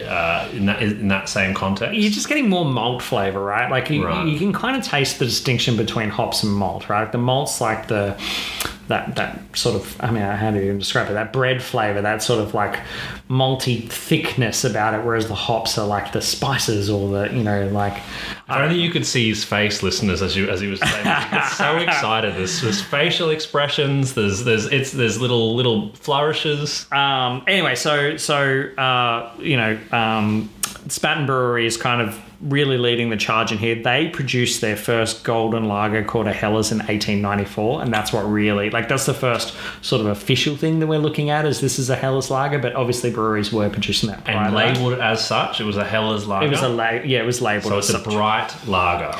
Speaker 2: uh, in that in that same context.
Speaker 1: You're just getting more malt flavor, right? Like you,
Speaker 2: Right.
Speaker 1: you can kind of taste the distinction between hops and malt, right? The malt's like the that that sort of I mean, how do you even describe it? That bread flavor, that sort of like malty thickness about it, whereas the hops are like the spices or the you know like
Speaker 2: If only you could see his face, listeners, as you as he was saying. this. He gets so excited. There's, there's facial expressions. There's there's it's there's little little flourishes.
Speaker 1: um, anyway, so so uh, you know, um, Spaten Brewery is kind of really leading the charge in here. They produced their first golden lager called a Hellas in 1894, and that's what really like that's the first sort of official thing that we're looking at is this is a Hellas lager, but obviously breweries were producing that prior
Speaker 2: And
Speaker 1: to that.
Speaker 2: labelled as such, it was a Hellas lager.
Speaker 1: It was a la- yeah, it was labeled.
Speaker 2: so
Speaker 1: as
Speaker 2: it's a
Speaker 1: such.
Speaker 2: bright lager.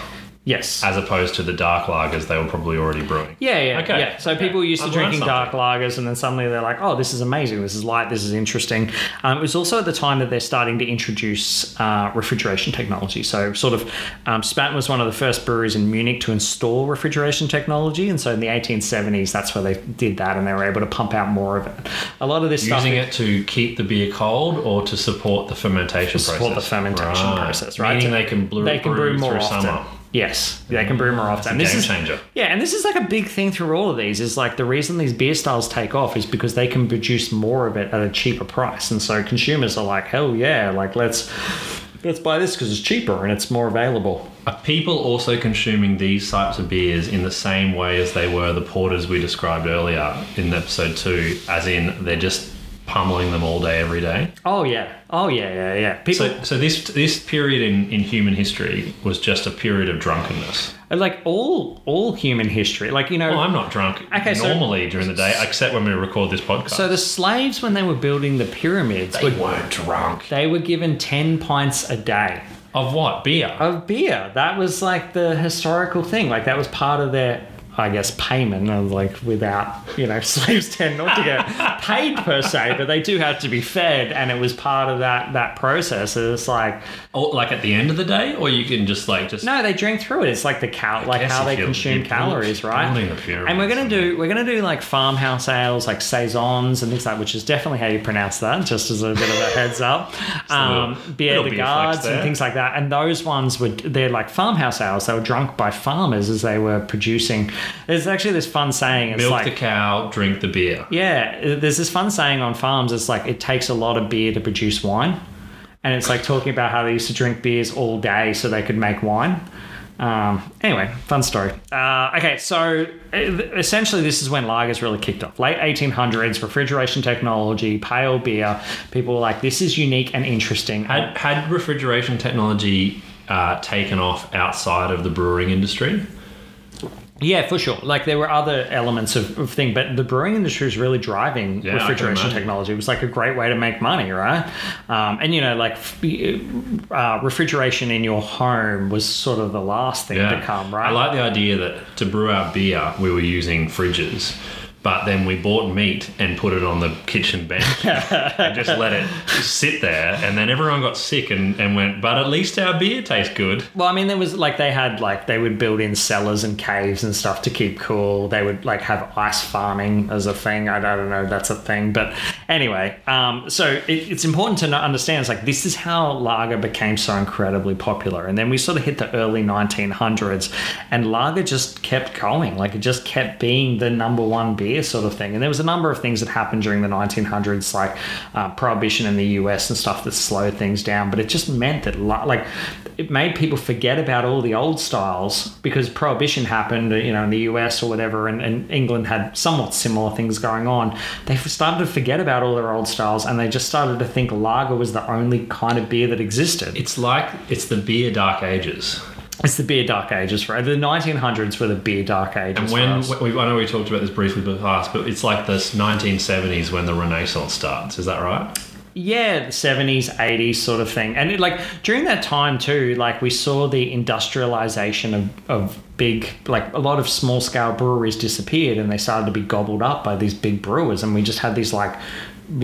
Speaker 1: Yes.
Speaker 2: as opposed to the dark lagers they were probably already brewing.
Speaker 1: yeah, yeah,
Speaker 2: Okay.
Speaker 1: yeah. So
Speaker 2: Okay.
Speaker 1: people used to
Speaker 2: I've learned
Speaker 1: drinking dark lagers, and then suddenly they're like, "Oh, this is amazing! This is light! This is interesting." Um, it was also at the time that they're starting to introduce uh, refrigeration technology. So, sort of, um, Spaten was one of the first breweries in Munich to install refrigeration technology, and so in the 1870s, that's where they did that, and they were able to pump out more of it. A lot of this stuff
Speaker 2: Using it to keep the beer cold or to support the fermentation process.
Speaker 1: support the fermentation process, right?
Speaker 2: Meaning they can brew,
Speaker 1: they can
Speaker 2: brew,
Speaker 1: brew more
Speaker 2: through
Speaker 1: often.
Speaker 2: summer. Mm.
Speaker 1: Yes, they can brew more often. And
Speaker 2: Game
Speaker 1: this is
Speaker 2: changer.
Speaker 1: yeah, and this is like a big thing through all of these. Is like the reason these beer styles take off is because they can produce more of it at a cheaper price, and so consumers are like, hell yeah, like let's let's buy this because it's cheaper and it's more available.
Speaker 2: Are people also consuming these types of beers in the same way as they were the porters we described earlier in episode two, as in they're just pummeling them all day, every day?
Speaker 1: Oh yeah, oh yeah, yeah, yeah. People
Speaker 2: So, so this this period in, in human history was just a period of drunkenness.
Speaker 1: like all all human history, like you know.
Speaker 2: Well, I'm not drunk
Speaker 1: Okay, so-
Speaker 2: normally during the day, except when we record this podcast.
Speaker 1: so the slaves, when they were building the pyramids,
Speaker 2: we
Speaker 1: were,
Speaker 2: weren't drunk.
Speaker 1: they were given ten pints a day.
Speaker 2: Of what? Beer.
Speaker 1: of beer. That was like the historical thing. Like that was part of their, I guess, payment. Of like without, you know, slaves tend not to get paid per se, but they do have to be fed, and it was part of that that process. And it's like,
Speaker 2: Or Oh, like at the end of the day, or you can just like just
Speaker 1: no, they drink through it. It's like the cal, like
Speaker 2: guess
Speaker 1: how
Speaker 2: if
Speaker 1: they
Speaker 2: you're-
Speaker 1: consume
Speaker 2: you're
Speaker 1: calories,
Speaker 2: building
Speaker 1: right?
Speaker 2: the pyramids,
Speaker 1: And we're gonna do we're gonna do like farmhouse ales, like saisons and things like, which is definitely how you pronounce that. Just as a bit of a heads up, um,
Speaker 2: little-
Speaker 1: beer
Speaker 2: little
Speaker 1: de
Speaker 2: beer flex
Speaker 1: guards and
Speaker 2: there.
Speaker 1: things like that. And those ones were they're like farmhouse ales. They were drunk by farmers as they were producing. There's actually this fun saying. It's
Speaker 2: milk
Speaker 1: like
Speaker 2: the cow, drink the beer.
Speaker 1: yeah, there's this fun saying on farms. It's like it takes a lot of beer to produce wine, and it's like talking about how they used to drink beers all day so they could make wine. Um, anyway, fun story. Uh, okay, so uh, essentially, this is when lagers really kicked off. Late 1800s, refrigeration technology, pale beer. People were like, "This is unique and interesting."
Speaker 2: Had had refrigeration technology uh, taken off outside of the brewing industry?
Speaker 1: Yeah, for sure. Like there were other elements of, of thing, but the brewing industry was really driving
Speaker 2: Yeah, I can
Speaker 1: refrigeration
Speaker 2: imagine.
Speaker 1: technology. It was like a great way to make money, right? Um, and you know, like f- uh, refrigeration in your home was sort of the last thing to come, right?
Speaker 2: I like the idea that to brew our beer, we were using fridges. But then we bought meat and put it on the kitchen bench and just let it sit there. And then everyone got sick and, and went, but at least our beer tastes good.
Speaker 1: well, I mean, there was like they had like they would build in cellars and caves and stuff to keep cool. They would like have ice farming as a thing. I, I don't know, if that's a thing, but anyway. Um, so it, it's important to no- understand. It's like this is how lager became so incredibly popular, and then we sort of hit the early 1900s, and lager just kept going. Like it just kept being the number one beer sort of thing. And there was a number of things that happened during the 1900s, like uh, prohibition in the US and stuff that slowed things down. But it just meant that la- like it made people forget about all the old styles because prohibition happened, you know, in the US or whatever, and, and England had somewhat similar things going on. They started to forget about all their old styles, and they just started to think lager was the only kind of beer that existed.
Speaker 2: It's like it's the beer dark ages.
Speaker 1: It's the beer dark ages, right? The 1900s were the beer dark ages.
Speaker 2: And
Speaker 1: for
Speaker 2: when
Speaker 1: us.
Speaker 2: we, I know we talked about this briefly in the past, but it's like this 1970s when the Renaissance starts. Is that right?
Speaker 1: yeah, the 70s, 80s sort of thing. And it, like during that time too, like we saw the industrialization of, of big, like a lot of small scale breweries disappeared and they started to be gobbled up by these big brewers. And we just had these like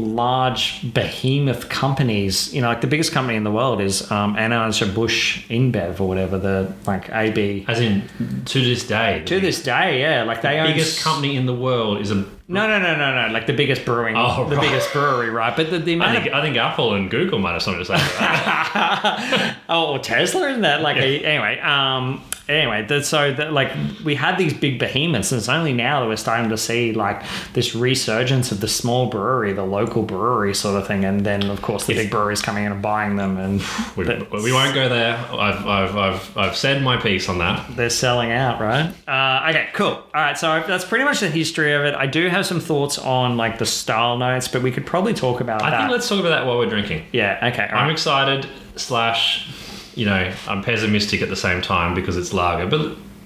Speaker 1: large behemoth companies, you know, like the biggest company in the world is um, Anheuser-Busch InBev or whatever, the like AB.
Speaker 2: As in, to this day,
Speaker 1: To this day, yeah, like they
Speaker 2: the
Speaker 1: own
Speaker 2: biggest
Speaker 1: s-
Speaker 2: company in the world is a.
Speaker 1: No, no, no, no, no. Like the biggest brewing,
Speaker 2: Oh,
Speaker 1: the
Speaker 2: right.
Speaker 1: biggest brewery, right? But the, the
Speaker 2: I
Speaker 1: amount of
Speaker 2: think, I think Apple and Google might have something to say about that.
Speaker 1: oh, or Tesla isn't that like a, anyway. Um, anyway, that, so that like we had these big behemoths, and it's only now that we're starting to see like this resurgence of the small brewery, the local brewery sort of thing, and then of course the big breweries coming in and buying them, and
Speaker 2: We,
Speaker 1: that-
Speaker 2: we won't go there. I've, I've, I've, I've said my piece on that.
Speaker 1: they're selling out, right? Uh, okay, cool. All right, so that's pretty much the history of it. I do have some thoughts on like the style notes, but we could probably talk about
Speaker 2: I
Speaker 1: that.
Speaker 2: think let's talk about that while we're drinking.
Speaker 1: yeah. Okay. All
Speaker 2: I'm
Speaker 1: right.
Speaker 2: excited, slash, you know, I'm pessimistic at the same time because it's lager, but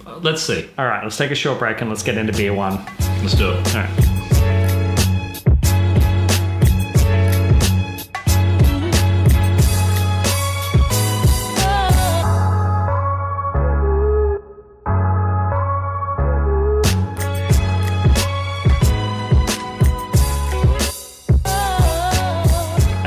Speaker 2: l- let's see.
Speaker 1: All right. Let's take a short break and let's get into beer one.
Speaker 2: Let's do it.
Speaker 1: All right.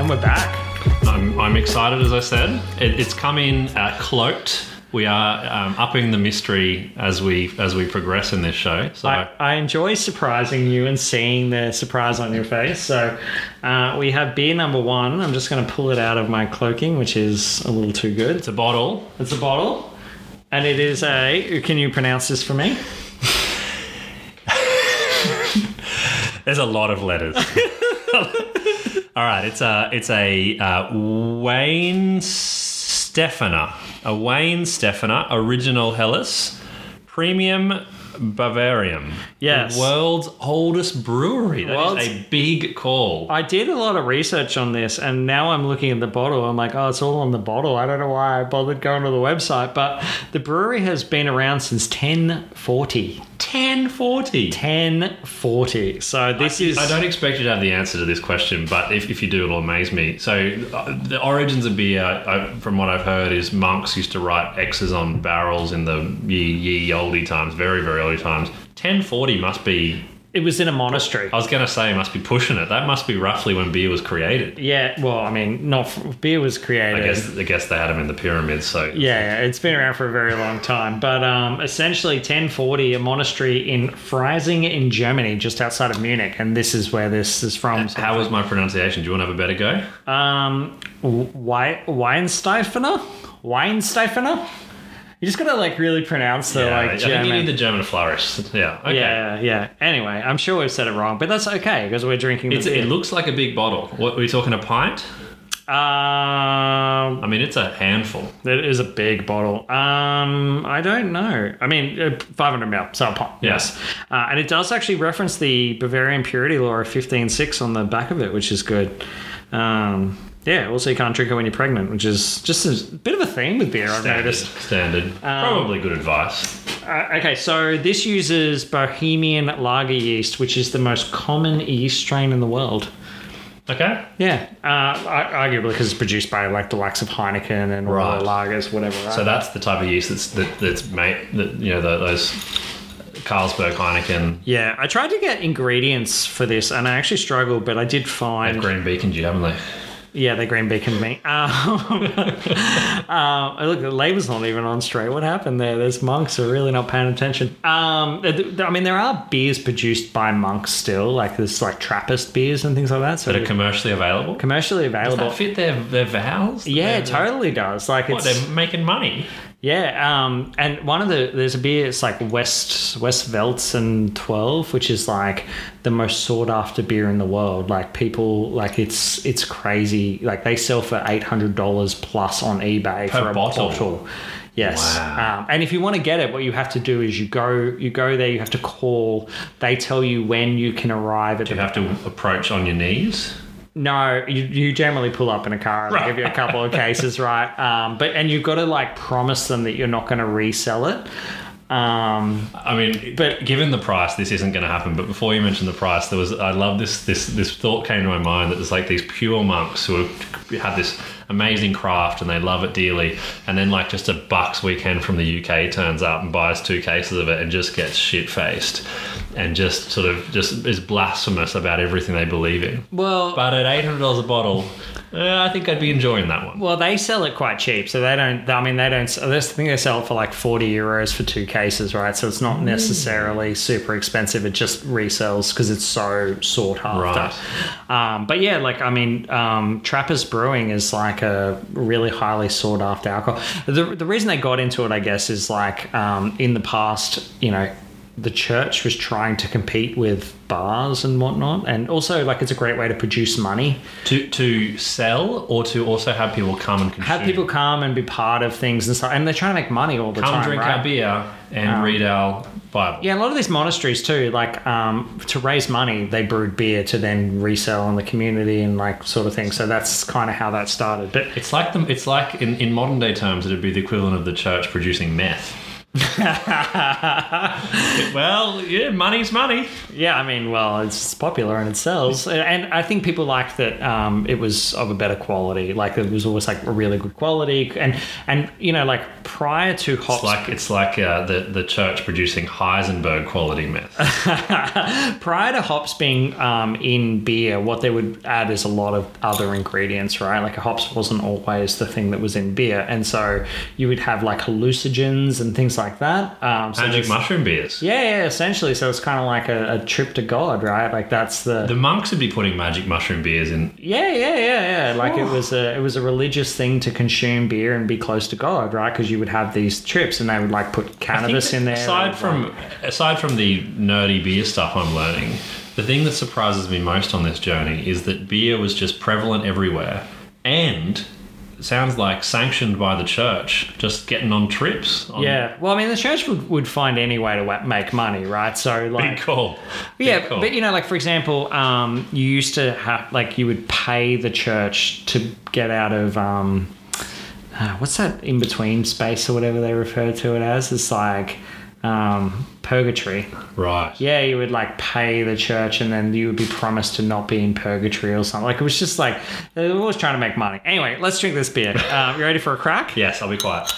Speaker 1: We're back.
Speaker 2: I'm, I'm excited, as I said. It, it's come in uh, cloaked. We are um, upping the mystery as we as we progress in this show. So
Speaker 1: I, I enjoy surprising you and seeing the surprise on your face. So uh, we have beer number one. I'm just going to pull it out of my cloaking, which is a little too good.
Speaker 2: it's a bottle.
Speaker 1: It's a bottle, and it is a. Can you pronounce this for me?
Speaker 2: There's a lot of letters. All right, it's a it's a uh, Wayne Stefana, a Wayne Stefana original Hellas, premium Bavarium.
Speaker 1: Yes.
Speaker 2: the world's oldest brewery. That is
Speaker 1: World's-
Speaker 2: a big call.
Speaker 1: I did a lot of research on this, and now I'm looking at the bottle. I'm like, oh, it's all on the bottle. I don't know why I bothered going to the website, but the brewery has been around since 1040.
Speaker 2: Ten forty.
Speaker 1: 1040. So this is.
Speaker 2: I don't expect you to have the answer to this question, but if, if you do, it'll amaze me. So, uh, the origins of beer, I, from what I've heard, is monks used to write X's on barrels in the ye ye olde times, very, very early times. 1040 must be,
Speaker 1: It was in a monastery.
Speaker 2: I was going to say, must be pushing it. That must be roughly when beer was created.
Speaker 1: Yeah, well, I mean, not f- beer was created.
Speaker 2: I guess I guess they had them in the pyramids, so
Speaker 1: Yeah, yeah, it's been around for a very long time. But um, essentially, 1040, a monastery in Freising in Germany, just outside of Munich, and this is where this is from.
Speaker 2: How was my pronunciation? Do you want to have a better go?
Speaker 1: Um, Weinsteifener? Weinsteifener? You just gotta like really pronounce the
Speaker 2: Yeah, I
Speaker 1: like
Speaker 2: think you
Speaker 1: German.
Speaker 2: need the German flourish. Yeah. Okay.
Speaker 1: Yeah, yeah. Anyway, I'm sure we've said it wrong, but that's okay because we're drinking.
Speaker 2: It's,
Speaker 1: the
Speaker 2: it looks like a big bottle. What, are we talking a pint?
Speaker 1: um,
Speaker 2: I mean, it's a handful.
Speaker 1: that is a big bottle. Um, I don't know. I mean, uh, 500 ml, so a pint.
Speaker 2: Yes.
Speaker 1: Uh, and it does actually reference the Bavarian purity law of 15.6 on the back of it, which is good. Um, yeah, also you can't drink it when you're pregnant, which is just a bit of a theme with beer, I've
Speaker 2: Standard. Um,
Speaker 1: noticed.
Speaker 2: Standard. Probably good advice.
Speaker 1: Uh, okay, so this uses Bohemian lager yeast, which is the most common yeast strain in the world.
Speaker 2: Okay.
Speaker 1: Yeah, uh, ar- arguably because it's produced by like the likes of Heineken and
Speaker 2: Right.
Speaker 1: Royal Lagers, whatever. Right?
Speaker 2: So that's the type of yeast that's that, that's made that you know tho- those Carlsberg Heineken
Speaker 1: yeah, I tried to get ingredients for this, and I actually struggled, but I did find.
Speaker 2: Green Beacons you haven't they?
Speaker 1: Yeah, they green beaconed me. Um, uh, look, the label's not even on straight. What happened there? Those monks are really not paying attention. Um, th- th- I mean, there are beers produced by monks still, like there's like Trappist beers and things like that. So
Speaker 2: That are commercially available.
Speaker 1: commercially available.
Speaker 2: Does that fit their their vows?
Speaker 1: yeah, it
Speaker 2: Their-
Speaker 1: totally does. Like
Speaker 2: What,
Speaker 1: it's
Speaker 2: they're making money.
Speaker 1: yeah, um, and one of the there's a beer. It's like West West Veltzen Twelve, which is like the most sought after beer in the world. Like people like it's it's crazy. Like they sell for eight hundred dollars plus on eBay
Speaker 2: Per
Speaker 1: for a
Speaker 2: bottle.
Speaker 1: bottle. Yes,
Speaker 2: Wow.
Speaker 1: um, and if you want to get it, what you have to do is you go you go there. You have to call. They tell you when you can arrive at
Speaker 2: You
Speaker 1: the
Speaker 2: have to approach on your knees.
Speaker 1: no, you, you generally pull up in a car and they
Speaker 2: Right.
Speaker 1: give you a couple of cases, right? Um, but and you've got to like promise them that you're not going to resell it. Um,
Speaker 2: I mean,
Speaker 1: But-
Speaker 2: but given the price, this isn't going to happen. But before you mentioned the price, there was I love this this this thought came to my mind that there's like these pure monks who have, have this amazing craft and they love it dearly, and then like just a bucks weekend from the UK turns up and buys two cases of it and just gets shit faced, and just sort of just is blasphemous about everything they believe in.
Speaker 1: well,
Speaker 2: But at eight hundred dollars a bottle, eh, I think I'd be enjoying that one.
Speaker 1: well, they sell it quite cheap, so they don't. I mean, they don't. I think they sell it for like forty euros for two cases, right? So it's not necessarily super expensive. It just resells because it's so sought after.
Speaker 2: Right.
Speaker 1: Um, but yeah, like I mean, um, Trappist Brewing is like a really highly sought after alcohol. The, the reason they got into it, I guess, is like um, in the past, you know, the church was trying to compete with bars and whatnot, and also like it's a great way to produce money.
Speaker 2: To to sell or to also have people come and consume.
Speaker 1: Have people come and be part of things and stuff, and they're trying to make money all the
Speaker 2: come
Speaker 1: time.
Speaker 2: drink
Speaker 1: right? Um,
Speaker 2: our beer and read our Bible.
Speaker 1: Yeah, a lot of these monasteries too, like um, to raise money, they brewed beer to then resell in the community and like sort of thing. So that's kind of how that started. But
Speaker 2: It's like the, it's like in, in modern day terms, it'd be the equivalent of the church producing meth. well, yeah, money's money.
Speaker 1: Yeah, I mean, well, it's popular and it sells, and, and I think people like that um, it was of a better quality. Like it was always like a really good quality, and and you know, like prior to hops,
Speaker 2: It's like it's like uh, the the church producing Heisenberg quality meth.
Speaker 1: prior to hops being um, in beer, what they would add is a lot of other ingredients, right? Like hops wasn't always the thing that was in beer, and so you would have like hallucinogens and things like that. Um, so
Speaker 2: Magic
Speaker 1: there's-
Speaker 2: mushroom beers.
Speaker 1: Yeah, yeah, essentially. So it's kind of like a, a trip to God, right? Like that's
Speaker 2: The monks would be putting magic mushroom beers in.
Speaker 1: Yeah, yeah, yeah, yeah. Like it was a it was a religious thing to consume beer and be close to God, right? Because you would have these trips, and they would like put cannabis in there.
Speaker 2: Aside from aside from the nerdy beer stuff I'm learning, the thing that surprises me most on this journey is that beer was just prevalent everywhere, and it sounds like sanctioned by the church, just getting on trips. On
Speaker 1: yeah, well, I mean, the church would, would find any way to wa- make money, right? So like,
Speaker 2: Big call.
Speaker 1: yeah,
Speaker 2: Big call.
Speaker 1: but you know, like for example, um, you used to have like you would pay the church to get out of um, uh, what's that in between space or whatever they refer to it as? It's like um, purgatory.
Speaker 2: right.
Speaker 1: yeah, you would like pay the church and then you would be promised to not be in purgatory or something. Like it was just like they were always trying to make money. Anyway, let's drink this beer. Um, you ready for a crack?
Speaker 2: Yes, I'll be quiet.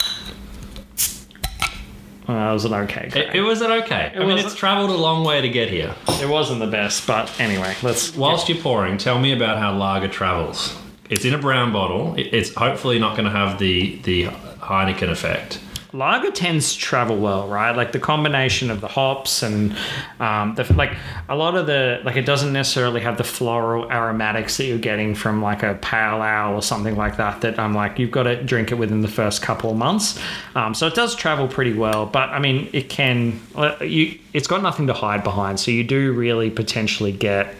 Speaker 1: Well, that was an okay crack.
Speaker 2: It, it was an okay. I mean,
Speaker 1: was-
Speaker 2: it's travelled a long way to get here.
Speaker 1: It wasn't the best, but anyway, let's.
Speaker 2: Whilst you're pouring, tell me about how lager travels. It's in a brown bottle. It- It's hopefully not going to have the the Heineken effect.
Speaker 1: lager tends to travel well, right? Like the combination of the hops and um, the like a lot of the like it doesn't necessarily have the floral aromatics that you're getting from like a pale ale or something like that. That I'm like you've got to drink it within the first couple of months, um, so it does travel pretty well. But I mean, it can uh, you it's got nothing to hide behind, so you do really potentially get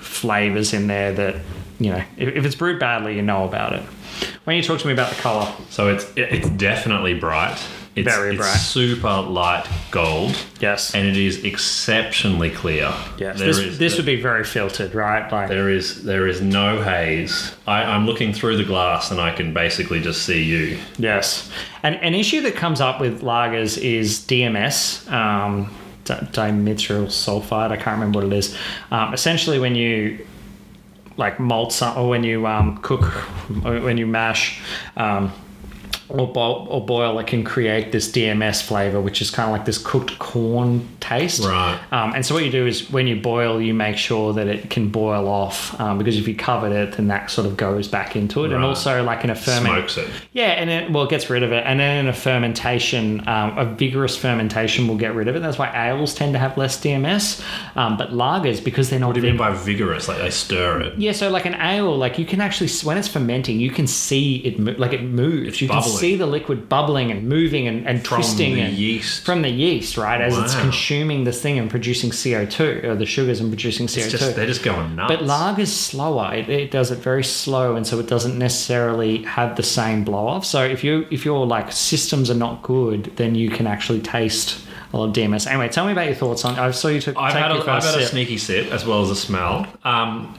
Speaker 1: flavors in there that you know if, if it's brewed badly, you know about it. When you talk to me about the color,
Speaker 2: So it's it- it's definitely bright. It's,
Speaker 1: Very
Speaker 2: it's
Speaker 1: bright.
Speaker 2: super light gold,
Speaker 1: yes,
Speaker 2: and it is exceptionally clear.
Speaker 1: Yes,
Speaker 2: There
Speaker 1: this,
Speaker 2: is-
Speaker 1: this would be very filtered, right? Like,
Speaker 2: There is there is no haze. I, I'm looking through the glass, and I can basically just see you.
Speaker 1: yes. And an issue that comes up with lagers is DMS, um, di- dimethyl sulfide. I can't remember what it is. Um, essentially, when you like malt some, or when you um, cook, or when you mash. Um, or, bo- or boil, it can create this DMS flavor, which is kind of like this cooked corn taste.
Speaker 2: Right.
Speaker 1: Um, and so what you do is when you boil, you make sure that it can boil off um, because if you covered it, then that sort of goes back into it. And
Speaker 2: Right.
Speaker 1: also, like in a ferment,
Speaker 2: Smokes it.
Speaker 1: yeah, and it well it gets rid of it, and then in a fermentation, um, a vigorous fermentation will get rid of it. That's why ales tend to have less DMS, um, but lagers because they're not.
Speaker 2: What do you mean by vigorous? Like they stir it.
Speaker 1: Yeah, so like an ale, like you can actually when it's fermenting, you can see it mo- like it moves. you
Speaker 2: bubbling.
Speaker 1: can see the liquid bubbling and moving and, and
Speaker 2: From
Speaker 1: twisting
Speaker 2: the
Speaker 1: and
Speaker 2: yeast.
Speaker 1: from the yeast, right? As it's
Speaker 2: Wow.
Speaker 1: consuming this thing and producing CO two or the sugars and producing CO
Speaker 2: It's
Speaker 1: two.
Speaker 2: just they're just going nuts.
Speaker 1: But lager's slower. It, it does it very slow, and so it doesn't necessarily have the same blow off. So if you if your like systems are not good, then you can actually taste a lot of DMS. Anyway, tell me about your thoughts on. I saw you took.
Speaker 2: I've
Speaker 1: take
Speaker 2: had,
Speaker 1: your
Speaker 2: a, I've
Speaker 1: first
Speaker 2: had a
Speaker 1: sip.
Speaker 2: sneaky sip as well as a smell. Um,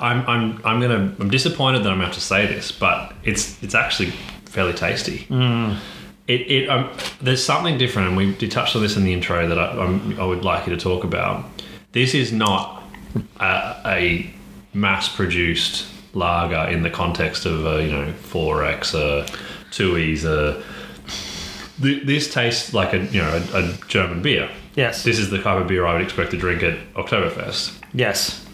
Speaker 2: I'm, I'm, I'm gonna. I'm disappointed that I'm gonna have to say this, but it's it's actually fairly tasty.
Speaker 1: Hmm.
Speaker 2: It, it um, there's something different, and we did touch on this in the intro that I, I'm, I would like you to talk about. This is not a, a mass-produced lager in the context of a, you know 4x, a 2e's, a Th- this tastes like a you know a, a German beer.
Speaker 1: Yes.
Speaker 2: This is the type of beer I would expect to drink at Oktoberfest.
Speaker 1: yes.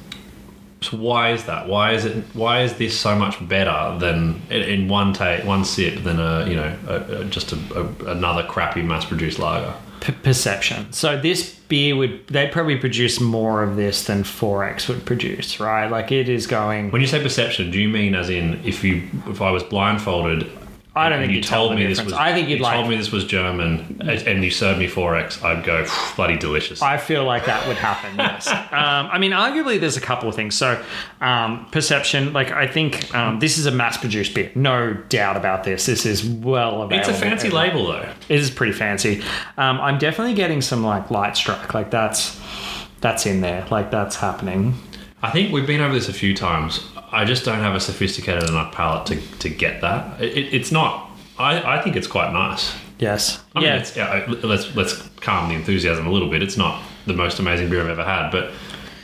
Speaker 2: So why is that? Why is it? Why is this so much better than in- in one take, one sip than a you know a, a, just a, a, another crappy mass-produced lager?
Speaker 1: P- perception. So this beer would they probably produce more of this than Forex would produce, right? Like it is going.
Speaker 2: When you say perception, do you mean as in if you if I was blindfolded?
Speaker 1: I don't
Speaker 2: and
Speaker 1: think
Speaker 2: you
Speaker 1: you'd
Speaker 2: told
Speaker 1: tell
Speaker 2: me
Speaker 1: the
Speaker 2: this was.
Speaker 1: difference. I think you'd
Speaker 2: you
Speaker 1: like-
Speaker 2: told me this was German, and and you served me four X. I'd go "Phew, bloody delicious.
Speaker 1: I feel like that would happen. Yes. um, I mean, arguably, there's a couple of things. So, um, perception. Like, I think um, this is a mass-produced beer. No doubt about this. This is well available.
Speaker 2: it's a fancy
Speaker 1: everywhere.
Speaker 2: label though.
Speaker 1: It is pretty fancy. Um, I'm definitely getting some like light strike. Like that's that's in there. Like that's happening.
Speaker 2: I think we've been over this a few times. I just don't have a sophisticated enough palate to, to get that. It, it, it's not. I, I think it's quite nice.
Speaker 1: Yes.
Speaker 2: I mean,
Speaker 1: yeah.
Speaker 2: it's, yeah, I- let's let's calm the enthusiasm a little bit. It's not the most amazing beer I've ever had, but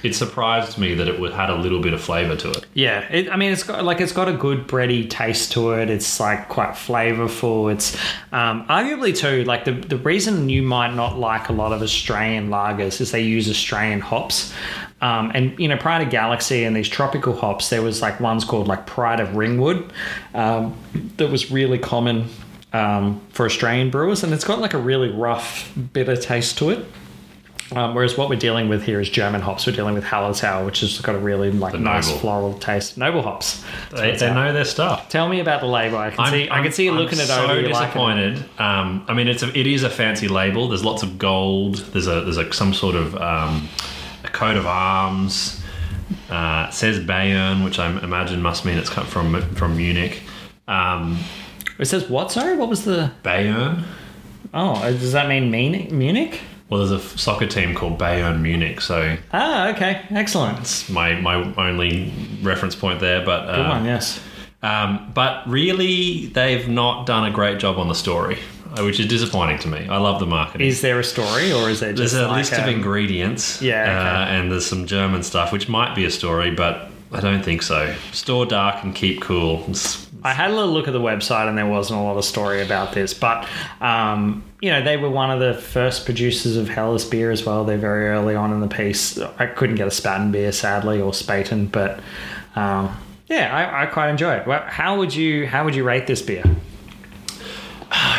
Speaker 2: it surprised me that it would had a little bit of flavour to it.
Speaker 1: Yeah, it, I mean, it's got like it's got a good bready taste to it. It's like quite flavorful. It's um, arguably too like the the reason you might not like a lot of Australian lagers is they use Australian hops. Um, and you know, prior to Galaxy and these tropical hops, there was like ones called like Pride of Ringwood um, that was really common um, for Australian brewers, and it's got like a really rough bitter taste to it. Um, whereas what we're dealing with here is German hops. We're dealing with Hallertau, which has got a really like nice
Speaker 2: Noble.
Speaker 1: floral taste. Noble hops.
Speaker 2: They, they know their stuff.
Speaker 1: Tell me about the label. I can
Speaker 2: I'm-
Speaker 1: see. I
Speaker 2: I'm-
Speaker 1: can see you
Speaker 2: I'm
Speaker 1: looking it
Speaker 2: so
Speaker 1: over. you like it.
Speaker 2: disappointed. Um, I mean, it's a, it is a fancy label. There's lots of gold. There's a there's like some sort of um, a coat of arms. Uh, it says Bayern, which I imagine must mean it's come from from Munich. Um,
Speaker 1: It says what? Sorry, what was the?
Speaker 2: Bayern.
Speaker 1: Oh, uh, does that mean Munich? Munich?
Speaker 2: Well, there's a f- soccer team called Bayern Munich, so
Speaker 1: Ah, okay, excellent.
Speaker 2: it's my my only reference point there. But
Speaker 1: Good
Speaker 2: uh,
Speaker 1: one. Yes.
Speaker 2: um, but really, they've not done a great job on the story, uh, which is disappointing to me. I love the marketing.
Speaker 1: Is there a story, or is there just
Speaker 2: There's a
Speaker 1: like um,
Speaker 2: list of ingredients.
Speaker 1: Yeah,
Speaker 2: Uh,
Speaker 1: okay.
Speaker 2: and there's some German stuff, which might be a story, but I don't think so. Store dark and keep cool. It's-
Speaker 1: I had a little look at the website and there wasn't a lot of story about this, but um, you know they were one of the first producers of Hellas beer as well. They're very early on in the piece. I couldn't get a Spaten beer sadly or Spaten, but um, yeah, I, I quite enjoy it. Well, how would you how would you rate this beer?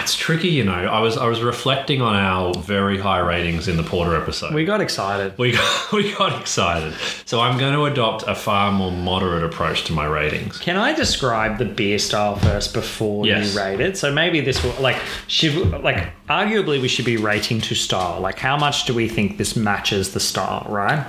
Speaker 2: It's tricky, you know. I was I was reflecting on our very high ratings in the Porter episode.
Speaker 1: We got excited.
Speaker 2: we got, we got excited. So I'm going to adopt a far more moderate approach to my ratings.
Speaker 1: Can I describe the beer style first before
Speaker 2: Yes.
Speaker 1: you rate it? So maybe this will like should like arguably we should be rating to style. Like how much do we think this matches the style, right?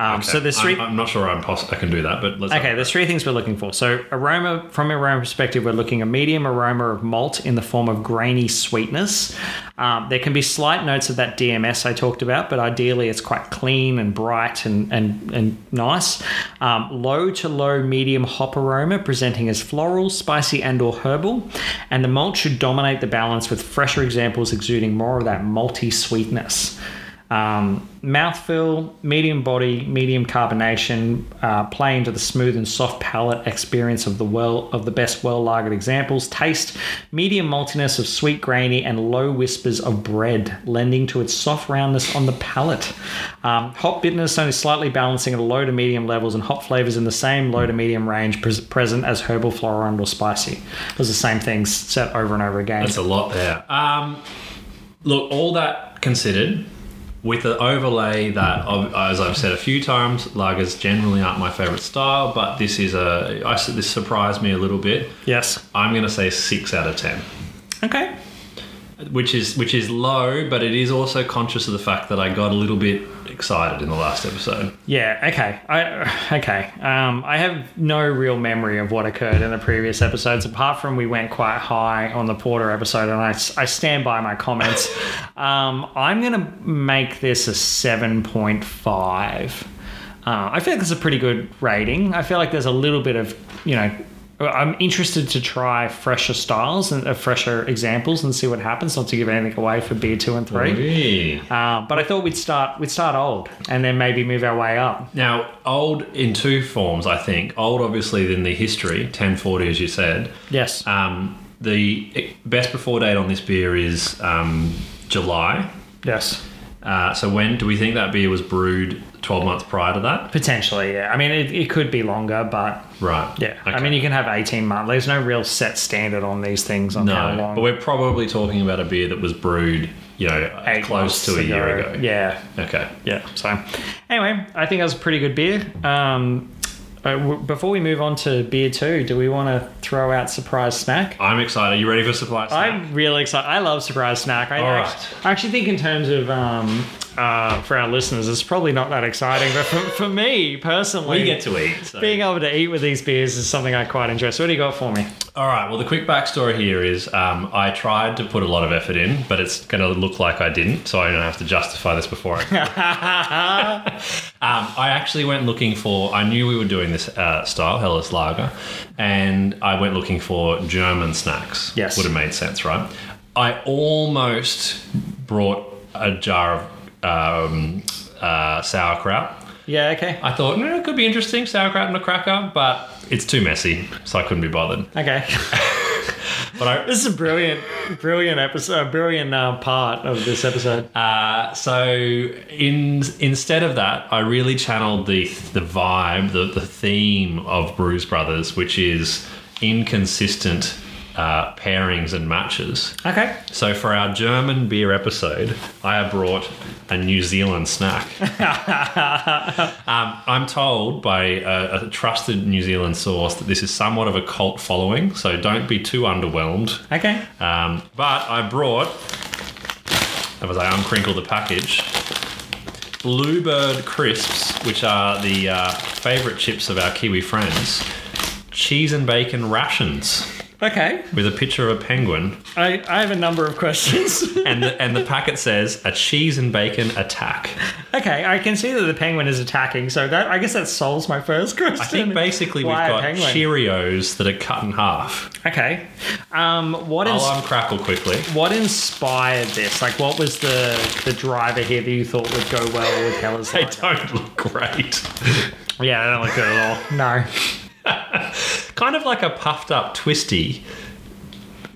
Speaker 1: Um, So there's
Speaker 2: I'm-
Speaker 1: 3
Speaker 2: I'm, not sure I'm poss- I can do that, but let's.
Speaker 1: Okay, there's three things we're looking for. So aroma, from an aroma perspective, we're looking a medium aroma of malt in the form of grainy sweetness. Um, there can be slight notes of that DMS I talked about, but ideally it's quite clean and bright and and and nice. Um, low to low medium hop aroma, presenting as floral, spicy, and or herbal, and the malt should dominate the balance with fresher examples exuding more of that malty sweetness. Um, mouthfeel, medium body, medium carbonation, uh, play into the smooth and soft palate experience of the well of the best well lagered examples. Taste, medium maltiness of sweet grainy and low whispers of bread, lending to its soft roundness on the palate. Um, hop bitterness only slightly balancing at a low to medium levels, and hop flavors in the same low to medium range pres present as herbal, floral, and or spicy. Those are the same things set over and over again.
Speaker 2: That's a lot there. Um, look, all that considered, with the overlay that, of- as I've said a few times, lagers generally aren't my favourite style, but this is a I s this surprised me a little bit.
Speaker 1: yes.
Speaker 2: I'm going to say six out of ten,
Speaker 1: Okay.
Speaker 2: which is which is low, but it is also conscious of the fact that I got a little bit excited in the last episode.
Speaker 1: Yeah. Okay. I okay. Um, I have no real memory of what occurred in the previous episodes, apart from we went quite high on the Porter episode, and I, I stand by my comments. um, I'm gonna make this a seven point five. Uh, I feel like this is a pretty good rating. I feel like there's a little bit of you know. I'm interested to try fresher styles and uh, fresher examples and see what happens. Not to give anything away for beer two and three,
Speaker 2: Hey.
Speaker 1: uh, but I thought we'd start we'd start old and then maybe move our way up.
Speaker 2: Now, old in two forms, I think. Old, obviously, in the history, 1040, as you said.
Speaker 1: Yes.
Speaker 2: Um, the best before date on this beer is um, July.
Speaker 1: yes.
Speaker 2: Uh, so when do we think that beer was brewed? Twelve months prior to that,
Speaker 1: Potentially, yeah. I mean, it, it could be longer, but
Speaker 2: right?
Speaker 1: yeah. I
Speaker 2: Okay.
Speaker 1: mean, you can have 18 months. There's no real set standard on these things on how
Speaker 2: no,
Speaker 1: long.
Speaker 2: but we're probably talking about a beer that was brewed, you know,
Speaker 1: eight
Speaker 2: close to a
Speaker 1: months
Speaker 2: year ago.
Speaker 1: Yeah.
Speaker 2: Okay.
Speaker 1: Yeah. So, anyway, I think that was a pretty good beer. Um, uh, w- before we move on to beer two, do we want to throw out surprise snack?
Speaker 2: I'm excited. Are you ready for supply? snack?
Speaker 1: I'm really excited. I love surprise snack. I,
Speaker 2: All
Speaker 1: I
Speaker 2: right.
Speaker 1: act- I actually think in terms of um, uh, for our listeners, it's probably not that exciting, but for, for me personally,
Speaker 2: We get to eat. so-
Speaker 1: being able to eat with these beers is something I quite enjoy. So what do you got for me?
Speaker 2: All right. Well, the quick backstory here is um, I tried to put a lot of effort in, but it's going to look like I didn't, so I'm going to have to justify this before. I Um, I actually went looking for. I knew we were doing this uh, style Hellas Lager, and I went looking for German snacks.
Speaker 1: Yes.
Speaker 2: would have made sense, right? I almost brought a jar of um, uh, sauerkraut.
Speaker 1: Yeah, okay.
Speaker 2: I thought, no, it could be interesting, sauerkraut and a cracker, but it's too messy, so I couldn't be bothered.
Speaker 1: Okay.
Speaker 2: But I,
Speaker 1: this is a brilliant, brilliant episode, brilliant uh, part of this episode.
Speaker 2: Uh, so in instead of that, I really channeled the the vibe, the, the theme of Bruise Brothers, which is inconsistent uh, pairings and matches.
Speaker 1: Okay.
Speaker 2: So for our German beer episode, I have brought a New Zealand snack. um, I'm told by a, a trusted New Zealand source that this is somewhat of a cult following, so don't be too underwhelmed.
Speaker 1: Okay.
Speaker 2: Um, but I brought, as I uncrinkle the package, Bluebird crisps, which are the uh, favourite chips of our Kiwi friends. Cheese and bacon rations
Speaker 1: Okay.
Speaker 2: with a picture of a penguin,
Speaker 1: I, I have a number of questions.
Speaker 2: and the, and the packet says a cheese and bacon attack.
Speaker 1: okay, I can see that the penguin is attacking, so that I guess that solves my first question.
Speaker 2: I think basically we've
Speaker 1: Why a
Speaker 2: got
Speaker 1: penguin?
Speaker 2: Cheerios that are cut in half.
Speaker 1: okay. Um, what is
Speaker 2: I'll uncrackle quickly.
Speaker 1: what inspired this? Like, what was the the driver here that you thought would go well with Hellas?
Speaker 2: They
Speaker 1: Lager?
Speaker 2: don't look great.
Speaker 1: Yeah, they don't look good at all. No.
Speaker 2: kind of like a puffed up twisty.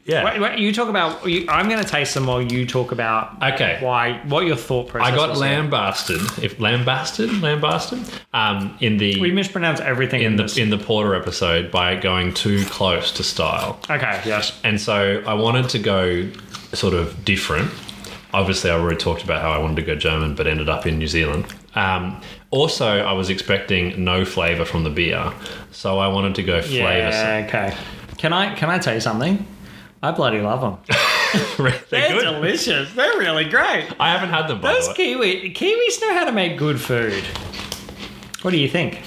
Speaker 2: Yeah.
Speaker 1: Wait, wait, you talk about. You, I'm going to taste them while you talk about.
Speaker 2: Okay.
Speaker 1: Why? What your thought process?
Speaker 2: I got
Speaker 1: was.
Speaker 2: lambasted. If lambasted, lambasted, um, in the
Speaker 1: We mispronounce everything in,
Speaker 2: in the
Speaker 1: this.
Speaker 2: in the Porter episode by going too close to style,
Speaker 1: okay. Yes.
Speaker 2: and so I wanted to go sort of different. Obviously, I already talked about how I wanted to go German, but ended up in New Zealand. Um, also, I was expecting no flavour from the beer, so I wanted to go flavour.
Speaker 1: Yeah. Okay. Can I can I tell you something? I bloody love them.
Speaker 2: They're good.
Speaker 1: delicious. They're really great.
Speaker 2: I haven't had them by
Speaker 1: Those
Speaker 2: the way.
Speaker 1: Kiwi Kiwis know how to make good food. What do you think?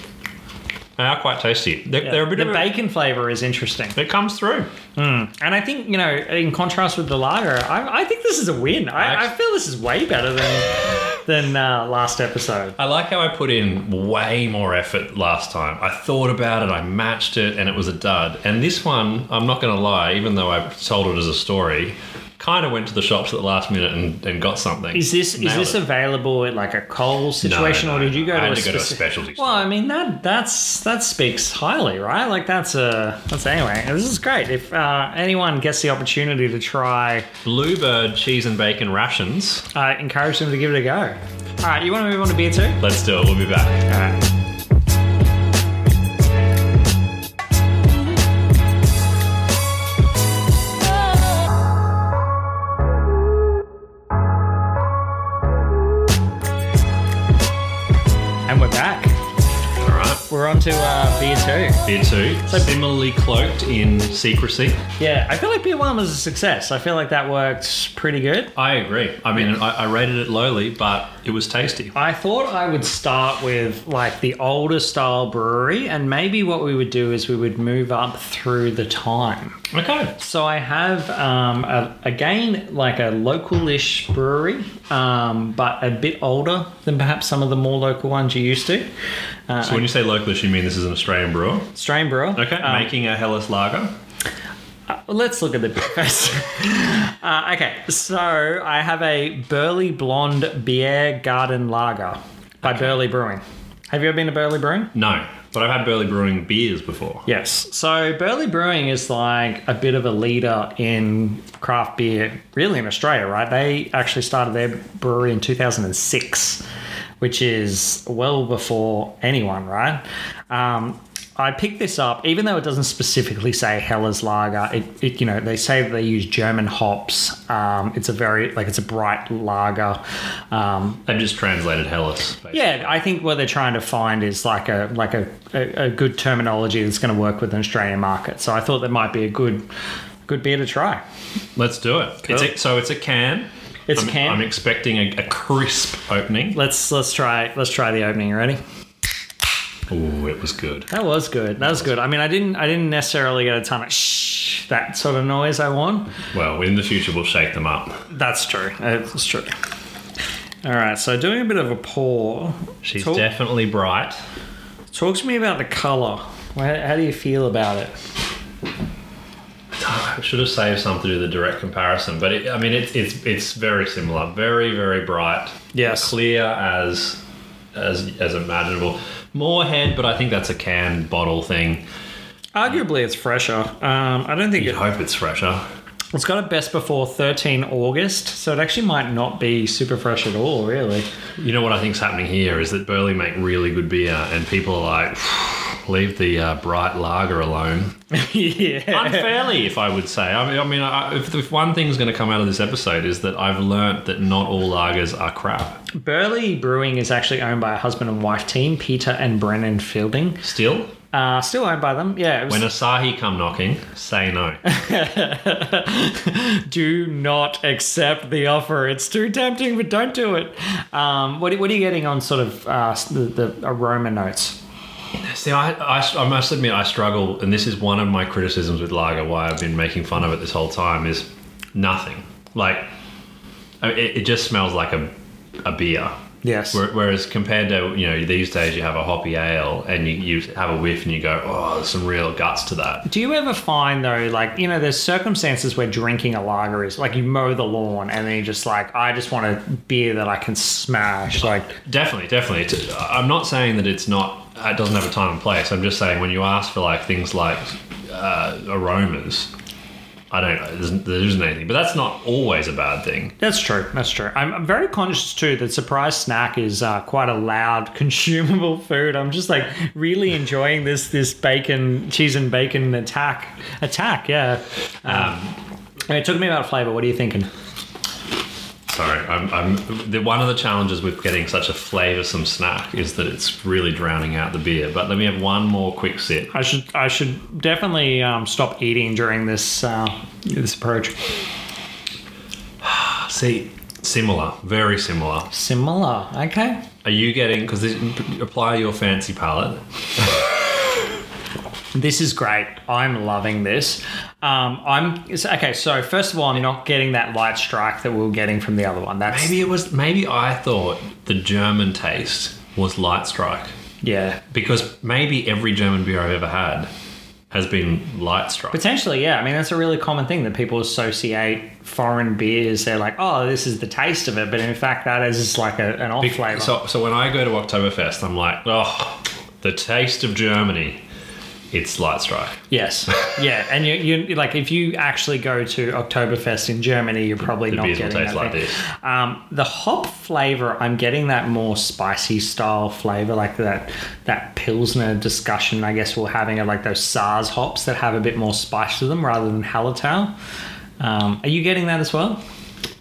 Speaker 2: They are quite tasty. They're, they're a bit
Speaker 1: the
Speaker 2: of a-
Speaker 1: bacon flavor is interesting,
Speaker 2: it comes through.
Speaker 1: and I think you know, in contrast with the lager, I, I think this is a win. I, I
Speaker 2: Nice.
Speaker 1: feel this is way better than than uh, last episode.
Speaker 2: I like how I put in way more effort last time. I thought about it, I matched it, and it was a dud. And this one, I'm not going to lie, even though I sold it as a story, kind of went to the shops at the last minute and, and got something.
Speaker 1: Is this
Speaker 2: Nailed
Speaker 1: is this
Speaker 2: it.
Speaker 1: available at like a coal situation,
Speaker 2: no,
Speaker 1: or did you
Speaker 2: no.
Speaker 1: go
Speaker 2: I
Speaker 1: to,
Speaker 2: had
Speaker 1: a
Speaker 2: to go to a
Speaker 1: speci-
Speaker 2: specialty
Speaker 1: Well,
Speaker 2: store.
Speaker 1: I mean that that's that speaks highly, right? Like that's a that's anyway. This is great. If uh, anyone gets the opportunity to try,
Speaker 2: Bluebird cheese and bacon rations?
Speaker 1: uh, encourage them to give it a go. All right, you want to move on to beer two?
Speaker 2: Let's do it. We'll be back.
Speaker 1: All right. And we're back.
Speaker 2: All right.
Speaker 1: We're on to uh, beer two.
Speaker 2: Beer two, similarly cloaked in secrecy.
Speaker 1: Yeah, I feel like beer one was a success. I feel like that worked pretty good.
Speaker 2: I agree. I mean, I, I rated it lowly, but it was tasty.
Speaker 1: I thought I would start with like the older style brewery, and maybe what we would do is we would move up through the time.
Speaker 2: Okay.
Speaker 1: So I have um, a, again like a localish brewery, um, but a bit older than perhaps some of the more local ones you're used to. Uh,
Speaker 2: So when you say localish, you mean this is an Australian brewer?
Speaker 1: Australian brewer.
Speaker 2: Okay.
Speaker 1: Um,
Speaker 2: Making a Hellas lager.
Speaker 1: let's look at the beer first. uh, okay, so I have a Burley Blonde Beer Garden Lager by Burley Brewing. Have you ever been to Burley Brewing?
Speaker 2: No, but I've had Burley Brewing beers before.
Speaker 1: Yes. So Burley Brewing is like a bit of a leader in craft beer, really in Australia, right? They actually started their brewery in 2006, which is well before anyone, right? Um, I picked this up, even though it doesn't specifically say Hellas Lager. It, it you know, they say that they use German hops. Um, it's a very like it's a bright lager. Um,
Speaker 2: They've just translated Hellas. basically.
Speaker 1: yeah, I think what they're trying to find is like a like a, a, a good terminology that's going to work with an Australian market. So I thought that might be a good good beer to try.
Speaker 2: Let's do it. It's a, so it's a can.
Speaker 1: It's
Speaker 2: I'm,
Speaker 1: a can.
Speaker 2: I'm expecting a, a crisp opening.
Speaker 1: Let's let's try let's try the opening. You Ready?
Speaker 2: Ooh, it was good.
Speaker 1: That was good. That was good. I mean, I didn't I didn't necessarily get a ton of shh that sort of noise I want.
Speaker 2: Well, in the future, we'll shake them up.
Speaker 1: That's true. That's true. All right. So doing a bit of a pour.
Speaker 2: She's
Speaker 1: Talk-
Speaker 2: definitely bright.
Speaker 1: Talk to me about the color. How, how do you feel about it?
Speaker 2: I should have saved some to do the direct comparison, but it, I mean, it's it's it's very similar, very very bright,
Speaker 1: Yes.
Speaker 2: clear as as as imaginable. More head, but I think that's a can bottle thing.
Speaker 1: Arguably, it's fresher. Um, I don't think
Speaker 2: You'd
Speaker 1: it,
Speaker 2: hope it's fresher.
Speaker 1: it's got a best before 13 August, so it actually might not be super fresh at all, really.
Speaker 2: You know what I think's happening here is that Burley make really good beer, and people are like, leave the uh, bright lager alone.
Speaker 1: yeah.
Speaker 2: Unfairly, if I would say. I mean, I mean, I, if, if one thing's going to come out of this episode is that I've learnt that not all lagers are crap.
Speaker 1: Um, Burley Brewing is actually owned by a husband and wife team, Peter and Brennan Fielding.
Speaker 2: Still,
Speaker 1: Uh, still owned by them. Yeah. It was,
Speaker 2: when Asahi come knocking, say no.
Speaker 1: do not accept the offer. It's too tempting, but don't do it. Um, what, what are you getting on sort of uh, the, the aroma notes?
Speaker 2: See, I, I, I must admit, I struggle, and this is one of my criticisms with lager, why I've been making fun of it this whole time, is nothing. Like, I mean, it, it just smells like a, a beer.
Speaker 1: Yes.
Speaker 2: Where- Whereas compared to, you know, these days you have a hoppy ale and you, you have a whiff and you go, oh, there's some real guts to that.
Speaker 1: Do you ever find though, like you know, there's circumstances where drinking a lager is like you mow the lawn and then you're just like, I just want a beer that I can smash. Like,
Speaker 2: Definitely, definitely. It's- I'm not saying that it's not, it doesn't have a time and place. I'm just saying when you ask for like things like uh, aromas, I don't know, there's, there isn't anything. But that's not always a bad thing.
Speaker 1: that's true. That's true. I'm, I'm very conscious too that surprise snack is uh, quite a loud consumable food. I'm just like really enjoying this this bacon cheese and bacon attack attack. Yeah. Um, it took me about flavor. What are you thinking?
Speaker 2: Sorry, I'm, I'm the, one of the challenges with getting such a flavoursome snack is that it's really drowning out the beer. But let me have one more quick sip.
Speaker 1: I should I should definitely um, stop eating during this uh, this approach.
Speaker 2: See, similar, very similar.
Speaker 1: Similar. Okay.
Speaker 2: Are you getting? Because apply your fancy palette.
Speaker 1: This is great. I'm loving this. Um, I'm it's- okay. So first of all, I'm not getting that light strike that we were getting from the other one. That's
Speaker 2: Maybe it was. Maybe I thought the German taste was light strike
Speaker 1: yeah,
Speaker 2: because maybe every German beer I've ever had has been light strike.
Speaker 1: potentially yeah. I mean, that's a really common thing that people associate foreign beers. They're like, oh, this is the taste of it, but in fact, that is just like a, an off flavor.
Speaker 2: So, so when I go to Oktoberfest, I'm like, oh, the taste of Germany. It's light strike.
Speaker 1: yes, yeah, and you, you like if you actually go to Oktoberfest in Germany, you're probably
Speaker 2: The
Speaker 1: not
Speaker 2: beers
Speaker 1: getting
Speaker 2: will
Speaker 1: that
Speaker 2: taste like
Speaker 1: thing.
Speaker 2: this.
Speaker 1: Um, the hop flavor, I'm getting that more spicy style flavor, like that that pilsner discussion. I guess we're having of like those SARS hops that have a bit more spice to them rather than Hallertau. Um, are you getting that as well?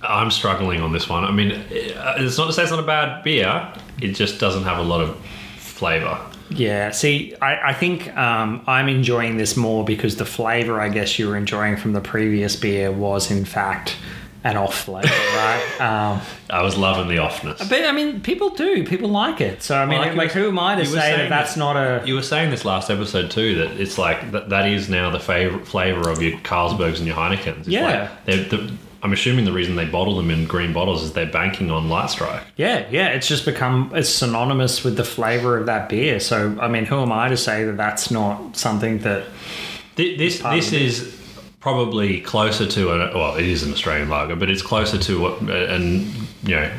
Speaker 2: I'm struggling on this one. I mean, uh, it's not to say it's not a bad beer. It just doesn't have a lot of flavour.
Speaker 1: Yeah. See, I, I think um, I'm enjoying this more because the flavor, I guess, you were enjoying from the previous beer was in fact an off flavor, right? Um,
Speaker 2: I was loving the offness.
Speaker 1: but I mean, people do. People like it. So I mean,
Speaker 2: Well, like you
Speaker 1: like,
Speaker 2: were-
Speaker 1: who am I to
Speaker 2: you were
Speaker 1: say that
Speaker 2: saying
Speaker 1: that's
Speaker 2: that-
Speaker 1: not a
Speaker 2: You were saying this last episode too that it's like that, that is now the favorite flavour of your Carlsbergs and your Heinekens. It's
Speaker 1: Yeah.
Speaker 2: Like they're, the, I'm assuming the reason they bottle them in green bottles is they're banking on Light Strike.
Speaker 1: Yeah, yeah, it's just become it's synonymous with the flavor of that beer. So, I mean, who am I to say that that's not something that?
Speaker 2: Thi- This
Speaker 1: part of
Speaker 2: this
Speaker 1: the
Speaker 2: is probably closer to an well, it is an Australian lager, but it's closer to what an you know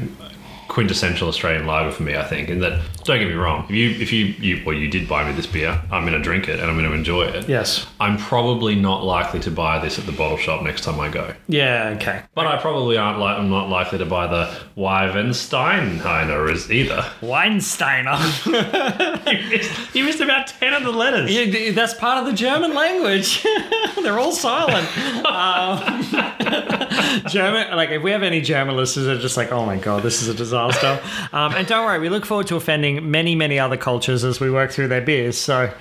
Speaker 2: quintessential Australian lager for me. I think, and that don't get me wrong. If you if you, you well, you did buy me this beer. I'm going to drink it and I'm going to enjoy it.
Speaker 1: Yes.
Speaker 2: I'm probably not likely to buy this at the bottle shop next time I go.
Speaker 1: Yeah. Okay.
Speaker 2: But I probably aren't like I'm not likely to buy the Weivensteinheiner is either.
Speaker 1: Weinsteiner.
Speaker 2: you missed about ten of the letters.
Speaker 1: Yeah, that's part of the German language. They're all silent. Um, German, like if we have any German listeners, they're just like, oh my god, this is a disaster. Um, and don't worry, we look forward to offending many, many other cultures as we work through their beers. So,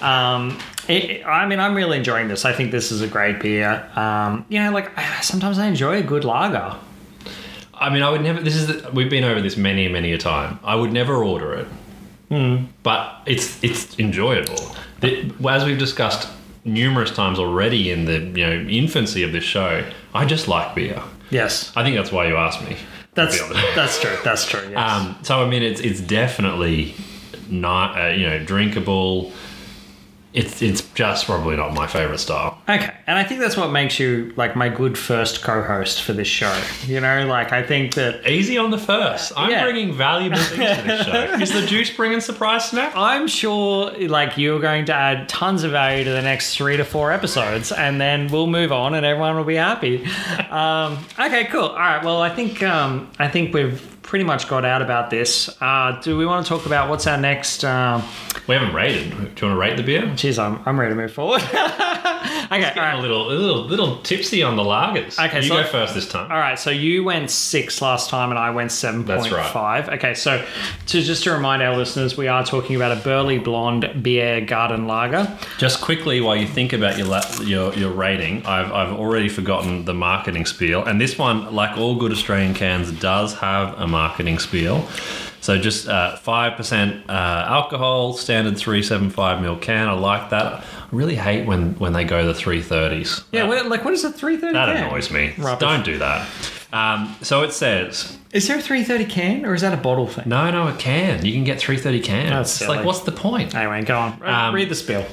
Speaker 1: um, it, I mean, I'm really enjoying this. I think this is a great beer. Um, you know, like sometimes I enjoy a good lager.
Speaker 2: I mean, I would never. This is the, we've been over this many, many a time. I would never order it, but it's it's enjoyable. The, as we've discussed numerous times already in the you know infancy of this show, I just like beer.
Speaker 1: Yes,
Speaker 2: I think that's why you asked me. to be
Speaker 1: that's
Speaker 2: honest.
Speaker 1: that's true. That's true. Yes.
Speaker 2: Um, so I mean, it's it's definitely not uh, you know drinkable. It's it's just probably not my favorite style.
Speaker 1: Okay, and I think that's what makes you like my good first co-host for this show. You know, like I think that
Speaker 2: Easy on the first. I'm
Speaker 1: Yeah.
Speaker 2: bringing valuable things to this show. Is the juice bringing surprise snack?
Speaker 1: I'm sure like you're going to add tons of value to the next three to four episodes, and then we'll move on, and everyone will be happy. Um, okay, cool. All right. Well, I think um, I think we've pretty much got out about this. Uh, do we want to talk about what's our next? Um,
Speaker 2: We haven't rated. Do you want to rate the beer?
Speaker 1: Jeez, I'm, I'm ready to move forward. okay, all
Speaker 2: A
Speaker 1: right.
Speaker 2: little, a little, little tipsy on the lagers.
Speaker 1: Okay,
Speaker 2: you
Speaker 1: so-
Speaker 2: go first this time.
Speaker 1: all right. So you went six last time, and I went seven point
Speaker 2: That's right.
Speaker 1: five. Okay, so to just to remind our listeners, we are talking about a burly blonde beer garden lager.
Speaker 2: Just quickly, while you think about your la- your, your rating, I've, I've already forgotten the marketing spiel, and this one, like all good Australian cans, does have a marketing spiel. So just five percent uh, alcohol, standard three seven five mil can. I like that. I really hate when when they go the three thirties.
Speaker 1: Yeah, what, like what is a three thirty?
Speaker 2: that
Speaker 1: can?
Speaker 2: annoys me.
Speaker 1: Rubbish.
Speaker 2: Don't do that. Um, so it says
Speaker 1: Is there a three thirty can, or is that a bottle thing?
Speaker 2: no, no, a can. You can get three thirty cans.
Speaker 1: That's
Speaker 2: it's
Speaker 1: silly.
Speaker 2: like what's the point?
Speaker 1: Anyway, go on. Re-
Speaker 2: Um,
Speaker 1: Read the spiel.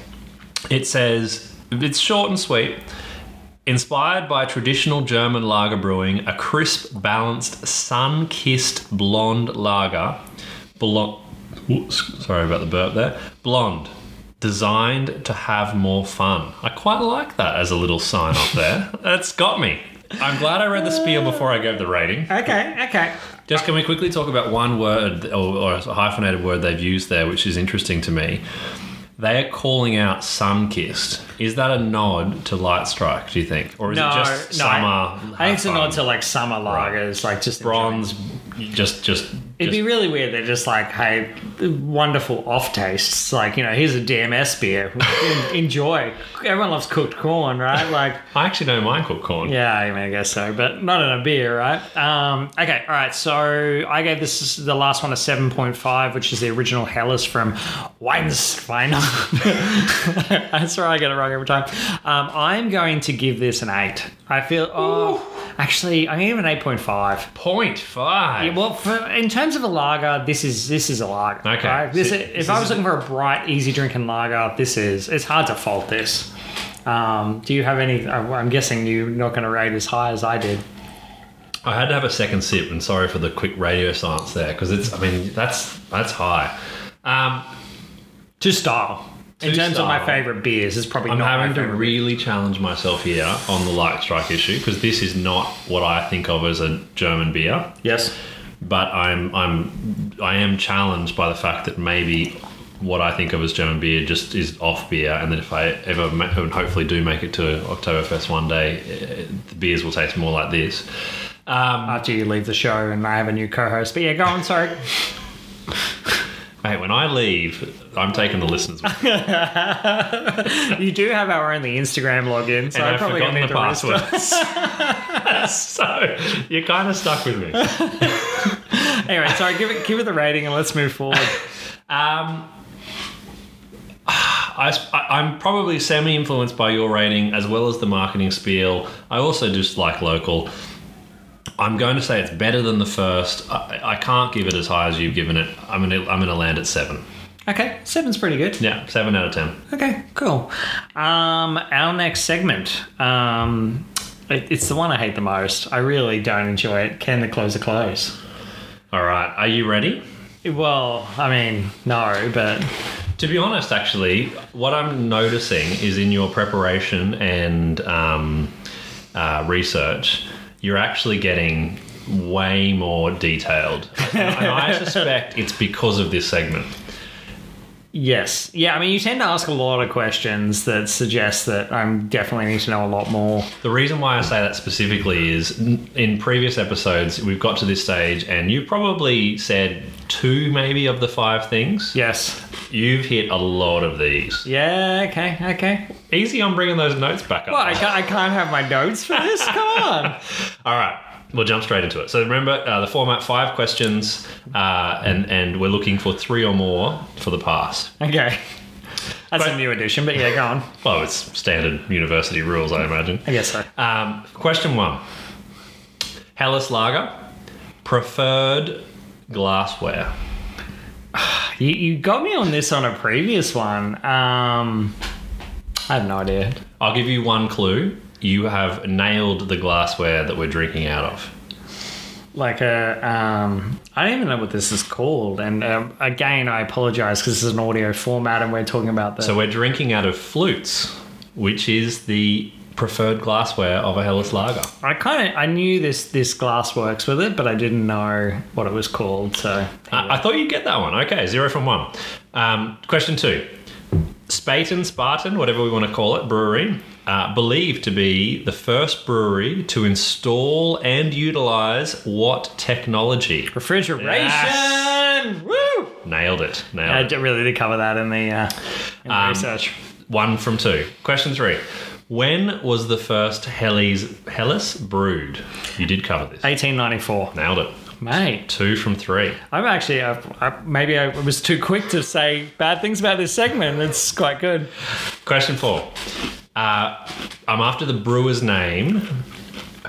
Speaker 2: It says it's short and sweet. Inspired by traditional German lager brewing, a crisp, balanced, sun-kissed blonde lager. Blonde. Sorry about the burp there. Blonde. Designed to have more fun. I quite like that as a little sign off there. That's got me. I'm glad I read the spiel before I gave the rating.
Speaker 1: Okay, okay.
Speaker 2: Just can we quickly talk about one word or, or a hyphenated word they've used there, which is interesting to me. They are calling out sun kissed. Is that a nod to light strike, do you think? Or is
Speaker 1: No,
Speaker 2: it just
Speaker 1: no.
Speaker 2: summer?
Speaker 1: I, I think it's a
Speaker 2: have
Speaker 1: nod
Speaker 2: fun,
Speaker 1: to like summer lagers, like just
Speaker 2: bronze just just,
Speaker 1: It'd
Speaker 2: just-
Speaker 1: be really weird. They're just like, hey, wonderful off tastes. Like, you know, here's a DMS beer. En- Enjoy. Everyone loves cooked corn, right? Like,
Speaker 2: I actually don't mind cooked corn.
Speaker 1: yeah, I mean, I guess so, but not in a beer, right? Um, okay, all right. So I gave this the last one a seven point five, which is the original Hellas from Weinstein. That's where I get it wrong every time. Um, I'm going to give this an eight. I feel. Oh, actually, I'm going to give it an eight point five.
Speaker 2: Point five.
Speaker 1: Yeah, well, for, in terms of a lager, this is this is a lager.
Speaker 2: Okay.
Speaker 1: right? This,
Speaker 2: So
Speaker 1: if
Speaker 2: this
Speaker 1: I
Speaker 2: is-
Speaker 1: was looking for a bright, easy drinking lager, this is. It's hard to fault this. Um, do you have any? I- I'm guessing you're not going to rate as high as I did.
Speaker 2: I had to have a second sip, and sorry for the quick radio silence there, because it's I mean, that's that's high. Um,
Speaker 1: To style. in
Speaker 2: To
Speaker 1: terms of my
Speaker 2: style.
Speaker 1: favorite beers, it's probably
Speaker 2: I'm
Speaker 1: not my
Speaker 2: having to
Speaker 1: favorite
Speaker 2: really challenge myself here on the light strike issue because this is not what I think of as a German beer.
Speaker 1: beer. Yes.
Speaker 2: But I'm I'm I am challenged by the fact that maybe what I think of as German beer just is off beer, and that if I ever ma- and hopefully do make it to Oktoberfest one day, eh, the beers will taste more like this. Um,
Speaker 1: After you leave the show and I have a new co-host, but yeah, go on. Sorry.
Speaker 2: mate, when I leave, I'm taking the listeners. With me.
Speaker 1: you do have our only Instagram login, so
Speaker 2: and
Speaker 1: I
Speaker 2: I've
Speaker 1: probably
Speaker 2: forgotten
Speaker 1: need
Speaker 2: the
Speaker 1: to restart.
Speaker 2: passwords. so you're kind of stuck with me.
Speaker 1: Anyway, sorry. Give it give it the rating and let's move forward.
Speaker 2: Um, I, am probably semi influenced by your rating as well as the marketing spiel. I also just like local. I'm going to say it's better than the first. I, I can't give it as high as you've given it. I'm going to I'm going to land at seven.
Speaker 1: okay, seven's pretty good.
Speaker 2: Yeah, seven out of ten.
Speaker 1: Okay, cool. Um, our next segment. Um, it- it's the one I hate the most. I really don't enjoy it. Can the closer close?
Speaker 2: All right, are you ready?
Speaker 1: Well, I mean, no, but
Speaker 2: To be honest, actually, what I'm noticing is in your preparation and um, uh, research, you're actually getting way more detailed. and I suspect it's because of this segment.
Speaker 1: yes, yeah. I mean, you tend to ask a lot of questions that suggest that I'm definitely need to know a lot more.
Speaker 2: The reason why I say that specifically is n- in previous episodes, we've got to this stage, and you've probably said two maybe of the five things.
Speaker 1: Yes.
Speaker 2: You've hit a lot of these.
Speaker 1: Yeah. Okay. Okay.
Speaker 2: Easy on bringing those notes back up.
Speaker 1: Well, I can't, I can't have my notes for this. Come on.
Speaker 2: All right. We'll jump straight into it. So remember uh, the format: five questions, uh, and and we're looking for three or more for the pass.
Speaker 1: Okay. That's
Speaker 2: But-
Speaker 1: a new addition, but yeah, go on.
Speaker 2: Well, it's standard university rules, I imagine.
Speaker 1: I guess so.
Speaker 2: Um, question one: Hellas Lager, preferred glassware.
Speaker 1: You, you got me on this on a previous one. Um, I have no idea.
Speaker 2: I'll give you one clue. You have nailed the glassware that we're drinking out of.
Speaker 1: Like a, um, I don't even know what this is called. And um, again, I apologize because this is an audio format and we're talking about the.
Speaker 2: So we're drinking out of flutes, which is the preferred glassware of a Hellas lager.
Speaker 1: I kind of I knew this this glass works with it, but I didn't know what it was called. So
Speaker 2: I, I thought you'd get that one. Okay, zero from one. Um, question two. Spaten, Spartan, whatever we want to call it, brewery, uh, believed to be the first brewery to install and utilize what technology?
Speaker 1: refrigeration.
Speaker 2: Yes.
Speaker 1: Woo!
Speaker 2: Nailed it. Nailed
Speaker 1: I
Speaker 2: it.
Speaker 1: d- really did cover that in the, uh, in the
Speaker 2: Um,
Speaker 1: research.
Speaker 2: One from two. Question three. When was the first Hellas, Hellas brewed? You did cover this.
Speaker 1: 1894,
Speaker 2: Nailed it.
Speaker 1: mate.
Speaker 2: Two from three.
Speaker 1: I'm actually I, I, maybe I was too quick to say bad things about this segment. It's quite good.
Speaker 2: Question four. Uh, I'm after the brewer's name.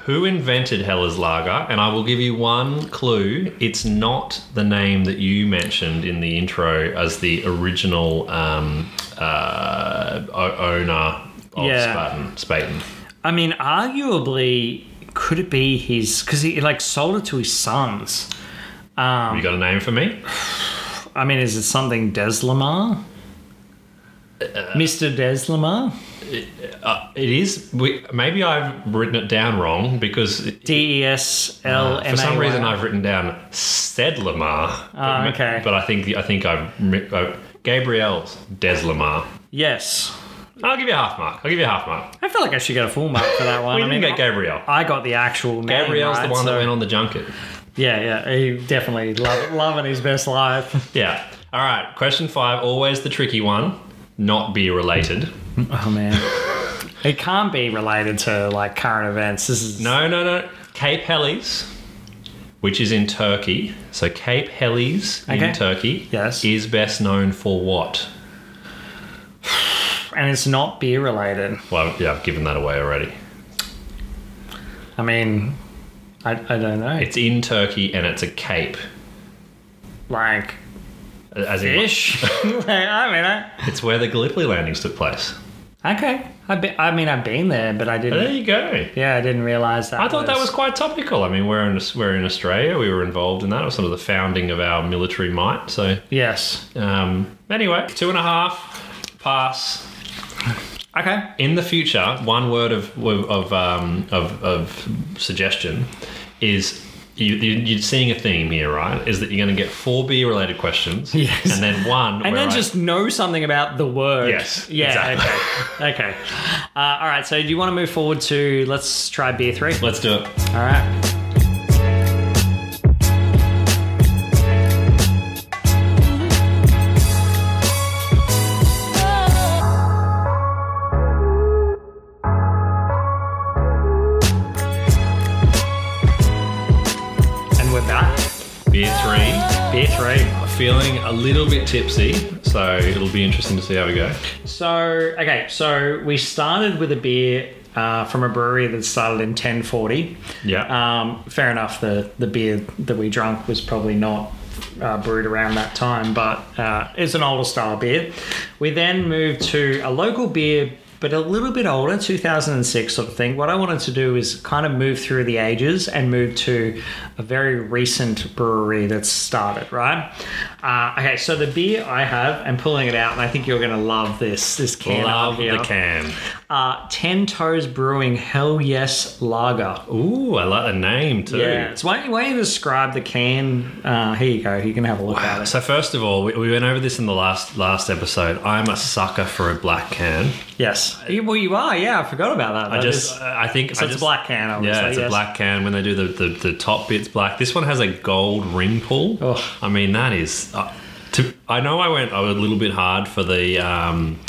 Speaker 2: Who invented Hellas Lager? And I will give you one clue. It's not the name that you mentioned in the intro as the original um, uh, o- owner of
Speaker 1: Yeah.
Speaker 2: Spartan, Spaten.
Speaker 1: I mean, arguably, could it be his? Because he like sold it to his sons.
Speaker 2: You got a name for me?
Speaker 1: I mean, is it something Deslamar? Mr. Deslamar?
Speaker 2: Uh, it is. We, maybe I've written it down wrong because
Speaker 1: D E S L M A.
Speaker 2: for some reason I've written down Sedlamar.
Speaker 1: Ah, okay.
Speaker 2: But I think I think I've, mi- uh, Gabriel's Deslamar.
Speaker 1: Yes.
Speaker 2: I'll give you a half mark. I'll give you a half mark.
Speaker 1: I feel like I should get a full mark for that one.
Speaker 2: We
Speaker 1: I
Speaker 2: didn't
Speaker 1: mean,
Speaker 2: get Gabriel.
Speaker 1: I got the actual name.
Speaker 2: Gabriel's
Speaker 1: right?
Speaker 2: the one
Speaker 1: So-
Speaker 2: that went on the junket.
Speaker 1: Yeah, yeah. He definitely love, loving his best life.
Speaker 2: Yeah. All right. Question five, always the tricky one, not beer related.
Speaker 1: Oh, man. It can't be related to like current events. This is
Speaker 2: No, no, no. Cape Helles, which is in Turkey. So Cape Helles
Speaker 1: Okay.
Speaker 2: in Turkey
Speaker 1: Yes.
Speaker 2: is best known for what?
Speaker 1: and it's not beer related.
Speaker 2: Well, yeah, I've given that away already.
Speaker 1: I mean, I, I don't know.
Speaker 2: It's in Turkey and it's a cape.
Speaker 1: like
Speaker 2: As in,
Speaker 1: fish. like, I mean, I,
Speaker 2: it's where the Gallipoli landings took place.
Speaker 1: Okay. I, be, I mean, I've been there, but I
Speaker 2: There
Speaker 1: didn't.
Speaker 2: you go.
Speaker 1: Yeah, I didn't realize that.
Speaker 2: I thought that was quite topical. I mean, we're in we're in Australia. We were involved in that. It was sort of the founding of our military might. So
Speaker 1: Yes.
Speaker 2: um, anyway, two and a half pass.
Speaker 1: Okay.
Speaker 2: In the future, one word of of um, of, of suggestion is. You, you, you're seeing a theme here, right? Is that you're going to get four beer related questions,
Speaker 1: Yes.
Speaker 2: and then one,
Speaker 1: And
Speaker 2: where
Speaker 1: then
Speaker 2: I-
Speaker 1: just know something about the word.
Speaker 2: Yes,
Speaker 1: Yeah.
Speaker 2: exactly.
Speaker 1: Okay. okay. Uh, all right. So, do you want to move forward to let's try beer three?
Speaker 2: let's do it.
Speaker 1: All right. And we're back.
Speaker 2: Beer three,
Speaker 1: Beer three.
Speaker 2: feeling a little bit tipsy, so it'll be interesting to see how we go.
Speaker 1: So okay, so we started with a beer uh, from a brewery that started in 1040.
Speaker 2: Yeah.
Speaker 1: Um, fair enough. The the beer that we drank was probably not uh, brewed around that time, but uh, it's an older style beer. We then moved to a local beer. But a little bit older, 2006 sort of thing. What I wanted to do is kind of move through the ages and move to a very recent brewery that's started, right? Uh, okay, so the beer I have, I'm pulling it out, and I think you're going to love this this can.
Speaker 2: Love
Speaker 1: up here.
Speaker 2: the can.
Speaker 1: Uh, Ten Toes Brewing Hell Yes Lager.
Speaker 2: Ooh, I like the name too.
Speaker 1: Yeah, it's why, why you describe the can. Uh, here you go. You can have a look at it.
Speaker 2: So first of all, we, we went over this in the last last episode. I'm a sucker for a black can.
Speaker 1: Yes. You, well, you are. Yeah, I forgot about that.
Speaker 2: I
Speaker 1: That
Speaker 2: just, uh,
Speaker 1: is-
Speaker 2: I think,
Speaker 1: so
Speaker 2: I
Speaker 1: it's
Speaker 2: just,
Speaker 1: a black can. Obviously,
Speaker 2: Yeah, it's
Speaker 1: yes.
Speaker 2: a black can. When they do the, the the top bits black, this one has a gold rim pull.
Speaker 1: Ugh.
Speaker 2: I mean, that is. Uh, to, I know I went I was a little bit hard for the um,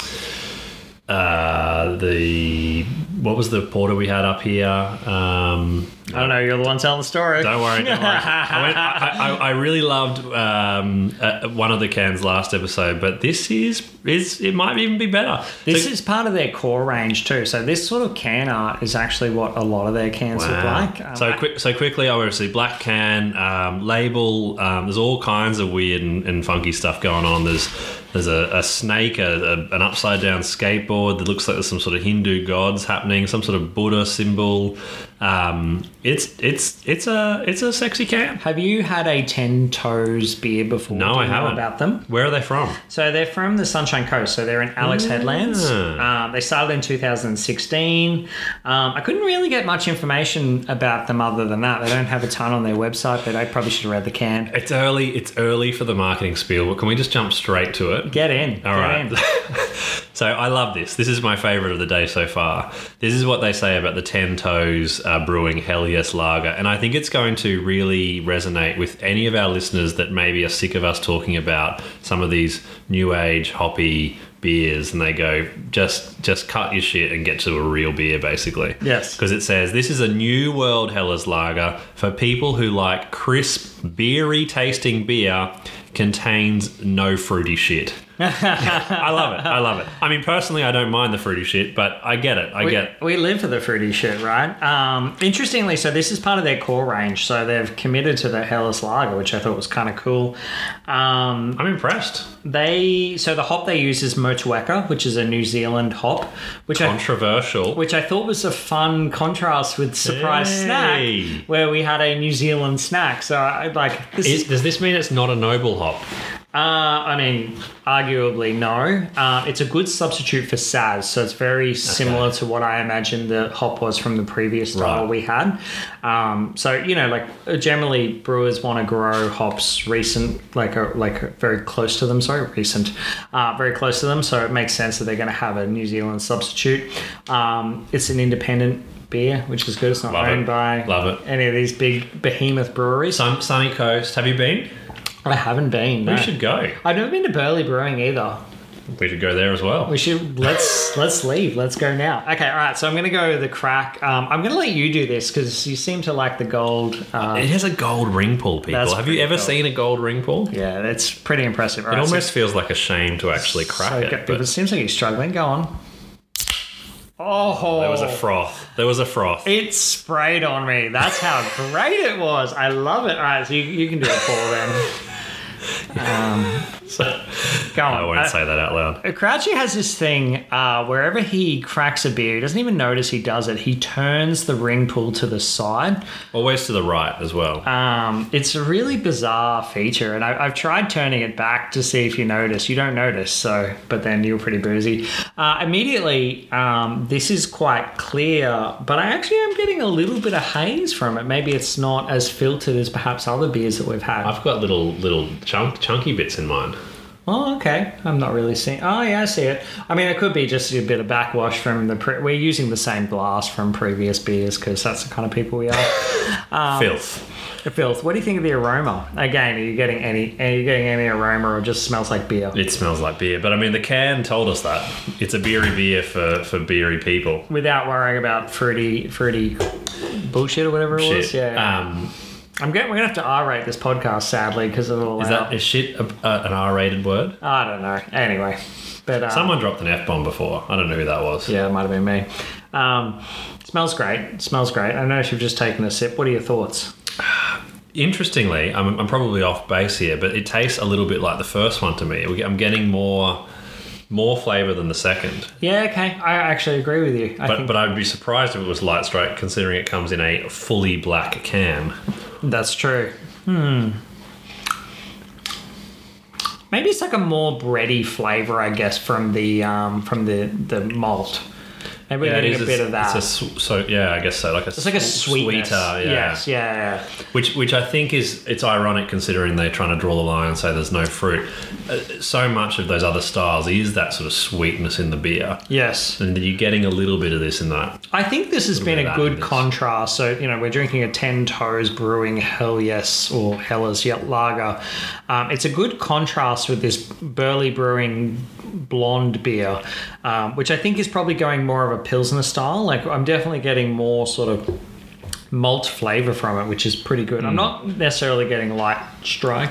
Speaker 2: uh, the what was the porter we had up here. Um,
Speaker 1: I don't know. You're the one telling the story.
Speaker 2: Don't worry. Don't worry. I, went, I, I, I really loved um, uh, one of the cans last episode, but this is is it might even be better.
Speaker 1: This
Speaker 2: So-
Speaker 1: is part of their core range too. So this sort of can art is actually what a lot of their cans look
Speaker 2: Wow.
Speaker 1: like. Um,
Speaker 2: Uh, so quick, so quickly, obviously, black can um, label. Um, there's all kinds of weird and, and funky stuff going on. There's There's a, a snake, a, a, an upside down skateboard that looks like there's some sort of Hindu gods happening, some sort of Buddha symbol. Um, it's it's it's a it's a sexy camp.
Speaker 1: Have you had a Ten Toes beer before? Do
Speaker 2: No,
Speaker 1: you
Speaker 2: I
Speaker 1: know
Speaker 2: haven't.
Speaker 1: about them?
Speaker 2: Where are they from?
Speaker 1: So they're from the Sunshine Coast. So they're in Alex Headlands.
Speaker 2: Ah.
Speaker 1: Um, they started in 2016. Um, I couldn't really get much information about them other than that. They don't have a ton on their website, but I probably should have read the can.
Speaker 2: It's early. It's early for the marketing spiel. But can we just jump straight to it?
Speaker 1: Get in. get
Speaker 2: All right.
Speaker 1: in.
Speaker 2: so I love this. This is my favorite of the day so far. This is what they say about the Ten Toes uh, Brewing Hell Yes Lager, and I think it's going to really resonate with any of our listeners that maybe are sick of us talking about some of these new age hoppy beers, and they go just just cut your shit and get to a real beer, basically.
Speaker 1: Yes.
Speaker 2: Because it says this is a new world Hellas lager for people who like crisp, beery tasting beer. Contains no fruity shit. I love it. I love it. I mean, personally, I don't mind the fruity shit, but I get it. I
Speaker 1: We,
Speaker 2: get.
Speaker 1: we live for the fruity shit, right? Um, interestingly, so this is part of their core range. So they've committed to the Hellas Lager, which I thought was kind of cool. Um,
Speaker 2: I'm impressed.
Speaker 1: they so the hop they use is Motueka, which is a New Zealand hop, which I
Speaker 2: Controversial.
Speaker 1: which I thought was a fun contrast with surprise
Speaker 2: Hey.
Speaker 1: snack, where we had a New Zealand snack. So I like this.
Speaker 2: Is, does this mean it's not a noble hop?
Speaker 1: Uh, I mean, arguably no. Uh, it's a good substitute for Saz, so it's very similar to what I imagined the hop was from the previous style
Speaker 2: Right.
Speaker 1: we had. Um, so you know, like uh, generally brewers want to grow hops recent, like uh, like uh, very close to them. Sorry, recent, uh, very close to them. So it makes sense that they're going to have a New Zealand substitute. Um, it's an independent beer, which is good. It's not
Speaker 2: Love it.
Speaker 1: owned by
Speaker 2: Love it.
Speaker 1: any of these big behemoth breweries.
Speaker 2: Sun, sunny coast. Have you been?
Speaker 1: I haven't been. no.
Speaker 2: We should go.
Speaker 1: I've never been to Burley Brewing either.
Speaker 2: We should go there as well.
Speaker 1: We should let's let's leave. Let's go now. Okay, all right. So I'm gonna go with the crack. Um, I'm gonna let you do this because you seem to like the gold. Uh,
Speaker 2: it has a gold ring pull, people.
Speaker 1: That's
Speaker 2: Have you
Speaker 1: pretty
Speaker 2: ever
Speaker 1: cool.
Speaker 2: seen a gold ring pull?
Speaker 1: yeah, that's pretty impressive. All
Speaker 2: It
Speaker 1: right, so-
Speaker 2: almost feels like a shame to actually crack
Speaker 1: so
Speaker 2: it.
Speaker 1: good,
Speaker 2: but
Speaker 1: but it seems like you're struggling. Go on. Oh,
Speaker 2: there was a froth. There was a froth.
Speaker 1: It sprayed on me. That's how great it was. I love it. All right, so you, you can do it for then.
Speaker 2: So-
Speaker 1: Um, Go on.
Speaker 2: I won't
Speaker 1: Uh,
Speaker 2: say that out loud.
Speaker 1: Crouchy has this thing uh, wherever he cracks a beer, he doesn't even notice he does it. He turns the ring pull to the side.
Speaker 2: Always to the right as well.
Speaker 1: Um, it's a really bizarre feature, and I, I've tried turning it back to see if you notice. You don't notice, so but then you're pretty boozy. Uh, immediately, um, this is quite clear, but I actually am getting a little bit of haze from it. Maybe it's not as filtered as perhaps other beers that we've had.
Speaker 2: I've got little little chunk chunky bits in mine.
Speaker 1: Oh, okay. I'm not really seeing. Oh, yeah, I see it. I mean, it could be just a bit of backwash from the. Pre- We're using the same glass from previous beers because that's the kind of people we are. Um,
Speaker 2: Filth.
Speaker 1: Filth. What do you think of the aroma? Again, are you getting any? Are you getting any aroma, or just smells like beer?
Speaker 2: It smells like beer, but I mean the can told us that it's a beery beer for for beery people.
Speaker 1: Without worrying about fruity, fruity bullshit or whatever it was.
Speaker 2: Shit.
Speaker 1: Yeah,
Speaker 2: Um,
Speaker 1: I'm getting. We're gonna have to R-rate this podcast sadly because of all
Speaker 2: is that is shit a, a, an R-rated word?
Speaker 1: I don't know. Anyway, but um,
Speaker 2: Someone dropped an F bomb before. I don't know who that was.
Speaker 1: Yeah, it might have been me. Um, smells great. Smells great. I noticed you've just taken a sip. What are your thoughts?
Speaker 2: Interestingly, I'm, I'm probably off base here, but it tastes a little bit like the first one to me. We- I'm getting more more flavor than the second,
Speaker 1: Yeah, okay. I actually agree with you. I
Speaker 2: but
Speaker 1: think
Speaker 2: but I'd be surprised if it was light strike, considering it comes in a fully black can.
Speaker 1: that's true. Hmm. Maybe it's like a more bready flavor, I guess, from the um, from the the malt. Maybe we're
Speaker 2: Yeah, it
Speaker 1: getting
Speaker 2: is
Speaker 1: a bit of that.
Speaker 2: It's a, sw- so yeah, I guess so. Like a
Speaker 1: It's like a sweetness.
Speaker 2: sweeter, yeah.
Speaker 1: Yes, yeah, yeah.
Speaker 2: Which which I think is it's ironic considering they're trying to draw the line and say there's no fruit. Uh, so much of those other styles is that sort of sweetness in the beer,
Speaker 1: Yes.
Speaker 2: and you're getting a little bit of this in that.
Speaker 1: I think this has been
Speaker 2: bit
Speaker 1: a
Speaker 2: of
Speaker 1: good
Speaker 2: that.
Speaker 1: contrast. So, you know, we're drinking a 10 Toes Brewing Hell Yes or Hellas Yet Lager. Um, it's a good contrast with this Burley Brewing blonde beer, um, which I think is probably going more of a Pilsner style. Like, I'm definitely getting more sort of malt flavor from it, which is pretty good.
Speaker 2: Hmm.
Speaker 1: I'm not necessarily getting light strike.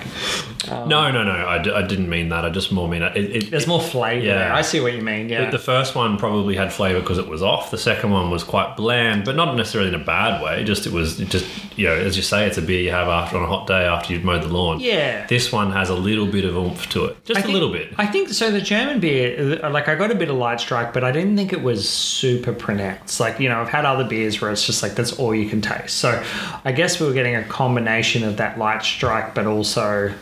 Speaker 2: no, no, no. I, d- I didn't mean that. I just more mean it. it, it
Speaker 1: Um, There's more flavor.
Speaker 2: Yeah.
Speaker 1: there. I see what you mean. Yeah.
Speaker 2: The first one probably had flavour because it was off. The second one was quite bland, but not necessarily in a bad way. Just it was it just you know, as you say, it's a beer you have after on a hot day after you've mowed the lawn.
Speaker 1: Yeah.
Speaker 2: This one has a little bit of oomph to it, just a
Speaker 1: I think-
Speaker 2: little bit.
Speaker 1: I think so. The German beer, uh, like I got a bit of light strike, but I didn't think it was super pronounced. Like you know, I've had other beers where it's just like that's all you can taste. So I guess we were getting a combination of that light strike, but also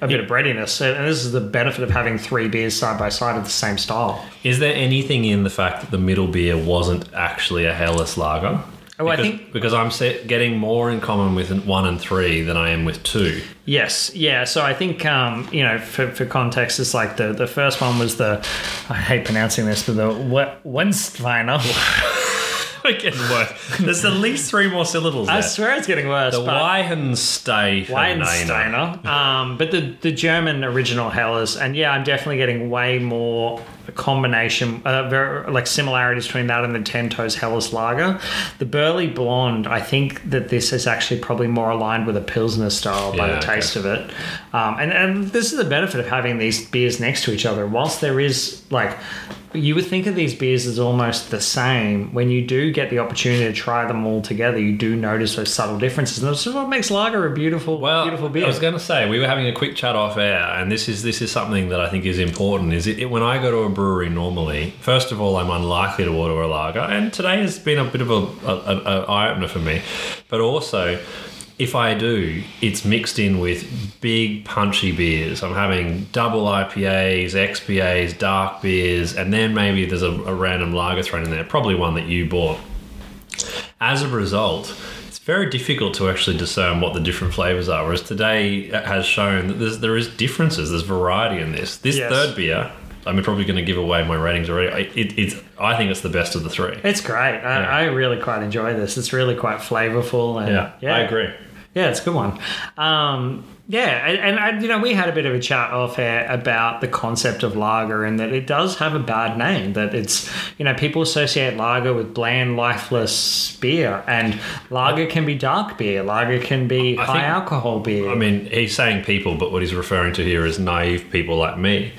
Speaker 1: a bit of breadiness. And this is the benefit of having three beers side by side of the same style.
Speaker 2: Is there anything in the fact that the middle beer wasn't actually a Hellas lager?
Speaker 1: Oh, I
Speaker 2: because,
Speaker 1: think-
Speaker 2: because I'm se- getting more in common with one and three than I am with two.
Speaker 1: Yes, yeah. So I think um, you know, for, for context, it's like the the first one was the I hate pronouncing this, but the Wenstweiner.
Speaker 2: Getting worse. There's at least three more syllables.
Speaker 1: I
Speaker 2: There.
Speaker 1: swear it's getting worse.
Speaker 2: The
Speaker 1: but-
Speaker 2: Weihensteiner.
Speaker 1: Weinsteiner. Um, but the, the German original Hellers, and yeah, I'm definitely getting way more combination, uh, ver like similarities between that and the Ten Toes Hellers Lager. The Burley Blonde, I think that this is actually probably more aligned with a Pilsner style by
Speaker 2: Yeah,
Speaker 1: the
Speaker 2: okay.
Speaker 1: taste of it. Um, and, and this is the benefit of having these beers next to each other. Whilst there is like, you would think of these beers as almost the same. When you do get the opportunity to try them all together, you do notice those subtle differences. And that's what makes lager a beautiful,
Speaker 2: Well,
Speaker 1: beautiful beer.
Speaker 2: I was going to say we were having a quick chat off air, and this is this is something that I think is important. Is it, it when I go to a brewery normally? First of all, I'm unlikely to order a lager, and today has been a bit of a, a, a, eye opener for me. But also, if I do, it's mixed in with big punchy beers. I'm having double IPAs, XPAs, dark beers, and then maybe there's a, a random lager thrown in there. Probably one that you bought as a result, it's very difficult to actually discern what the different flavors are. Whereas today has shown that there's, there is differences, there's variety in this. This
Speaker 1: Yes.
Speaker 2: third beer, I'm probably going to give away my ratings already. I- It, it's, I think it's the best of the three.
Speaker 1: it's great. I,
Speaker 2: Yeah.
Speaker 1: I really quite enjoy this. It's really quite flavorful. And,
Speaker 2: Yeah, I agree.
Speaker 1: Yeah, it's a good one. Um, yeah, and, and I, you know, we had a bit of a chat off air about the concept of lager and that it does have a bad name. That it's, you know, people associate lager with bland, lifeless beer, and lager can be dark beer, lager can be
Speaker 2: I
Speaker 1: high
Speaker 2: think-
Speaker 1: alcohol beer.
Speaker 2: I mean, he's saying people, but what he's referring to here is naive people like me.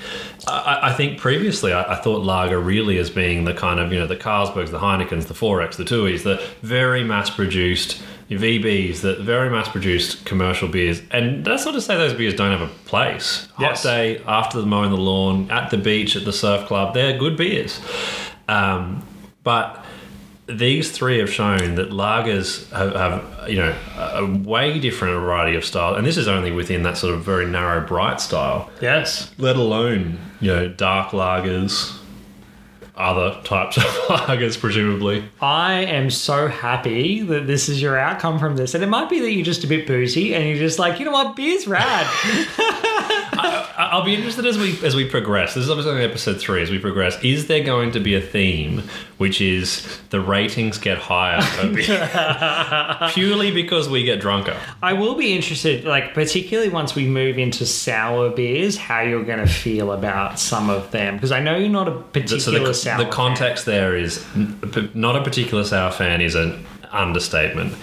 Speaker 2: I, I- I think previously I, I thought lager really as being the kind of, you know, the Carlsbergs, the Heinekens, the Forex, the Tuis, the very mass produced VBs, the very mass produced commercial beers. And that's not to say those beers don't have a place.
Speaker 1: Yes.
Speaker 2: Hot day after the mowing the lawn, at the beach, at the surf club, they're good beers. Um, but these three have shown that lagers have, have you know a a way different variety of style, and this is only within that sort of very narrow bright style.
Speaker 1: yes.
Speaker 2: Let alone you know dark lagers, other types of lagers, presumably.
Speaker 1: I am so happy that this is your outcome from this. And it might be that you're just a bit boozy and you're just like, you know what, beer's rad.
Speaker 2: I- I'll be interested as we as we progress. This is obviously only episode three. As we progress, is there going to be a theme, which is the ratings get higher per beer? purely because we get drunker?
Speaker 1: I will be interested, like particularly once we move into sour beers, how you're going to feel about some of them because I know you're not a particular
Speaker 2: so the,
Speaker 1: sour.
Speaker 2: the
Speaker 1: fan.
Speaker 2: context there is n- p- not a particular sour fan is an understatement.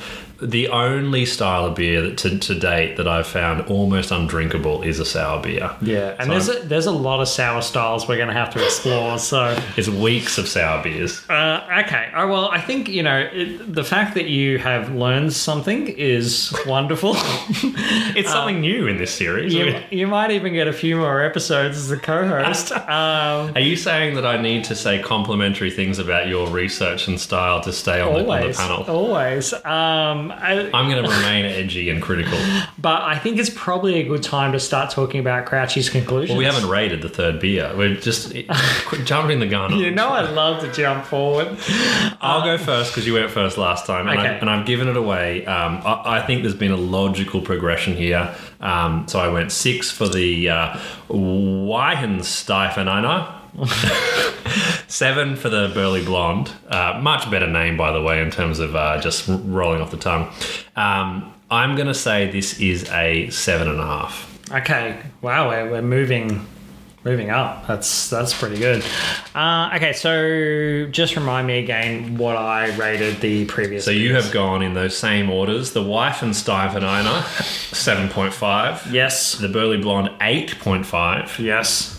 Speaker 2: The only style of beer that to, to date that I've found almost undrinkable is a sour beer.
Speaker 1: yeah, and
Speaker 2: So
Speaker 1: there's a, there's a lot of sour styles we're going to have to explore. So
Speaker 2: It's weeks of sour beers.
Speaker 1: uh, okay, oh, well, I think you know it, the fact that you have learned something is wonderful. Uh-huh.
Speaker 2: It's something new in this series.
Speaker 1: you, you might even get a few more episodes as a co-host. Um,
Speaker 2: Are you saying that I need to say complimentary things about your research and style to stay on, the, on the
Speaker 1: always,
Speaker 2: panel?
Speaker 1: always. Um, I,
Speaker 2: I'm going to remain edgy and critical.
Speaker 1: but I think it's probably a good time to start talking about Crouchy's conclusions.
Speaker 2: Well, we haven't rated the third beer. We're just eh, quit jumping the gun. on
Speaker 1: You know, I love to jump forward.
Speaker 2: I'll go first because you went first last time, and, I,
Speaker 1: Okay.
Speaker 2: and I've given it away. Um, I, I think there's been a logical progression here. Um, so I went six for the uh, Weihensteifener, seven for the Burly Blonde. Uh, much better name, by the way, in terms of uh, just r- rolling off the tongue. Um, I'm going to say this is a seven and a half.
Speaker 1: Okay, wow, we're, we're moving moving up. That's that's pretty good. Uh, okay, so just remind me again what I rated the previous.
Speaker 2: So you have gone in those same orders. The wife and Stuyveniner, seven point five.
Speaker 1: yes,
Speaker 2: The Burly Blonde, eight point five.
Speaker 1: yes.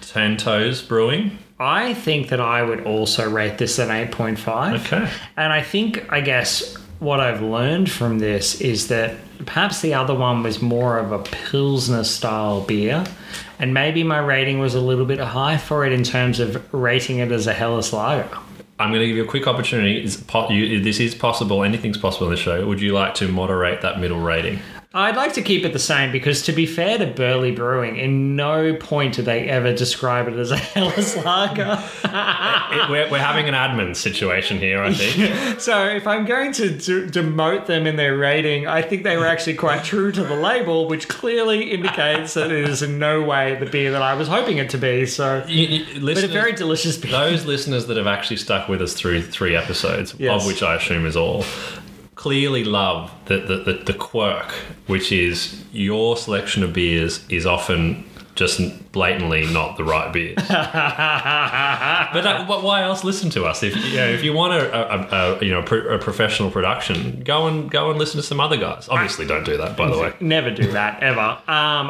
Speaker 2: Ten Toes Brewing.
Speaker 1: I think that I would also rate this an eight point five.
Speaker 2: Okay.
Speaker 1: And I think, I guess, what I've learned from this is that perhaps the other one was more of a Pilsner style beer. And maybe my rating was a little bit high for it in terms of rating it as a Hellas lager.
Speaker 2: I'm going to give you a quick opportunity. It's po- you, this is possible. Anything's possible on this show. Would you like to moderate that middle rating?
Speaker 1: I'd like to keep it the same because, to be fair to Burley Brewing, in no point do they ever describe it as a Hellas lager.
Speaker 2: It- we're, we're having an admin situation here, I think.
Speaker 1: So if I'm going to d- demote them in their rating, I think they were actually quite true to the label, which clearly indicates that it is in no way the beer that I was hoping it to be. So,
Speaker 2: You- you-
Speaker 1: but a
Speaker 2: listeners-
Speaker 1: very delicious beer.
Speaker 2: those listeners that have actually stuck with us through three episodes,
Speaker 1: Yes.
Speaker 2: of which I assume is all, clearly love the, the, the, the quirk, which is your selection of beers is often just blatantly not the right beers. but, that, but why else listen to us? If you, know, if you want a, a, a, you know, pro- a professional production, go and go and listen to some other guys. Obviously, don't do that, by the way.
Speaker 1: Never do that ever. Um,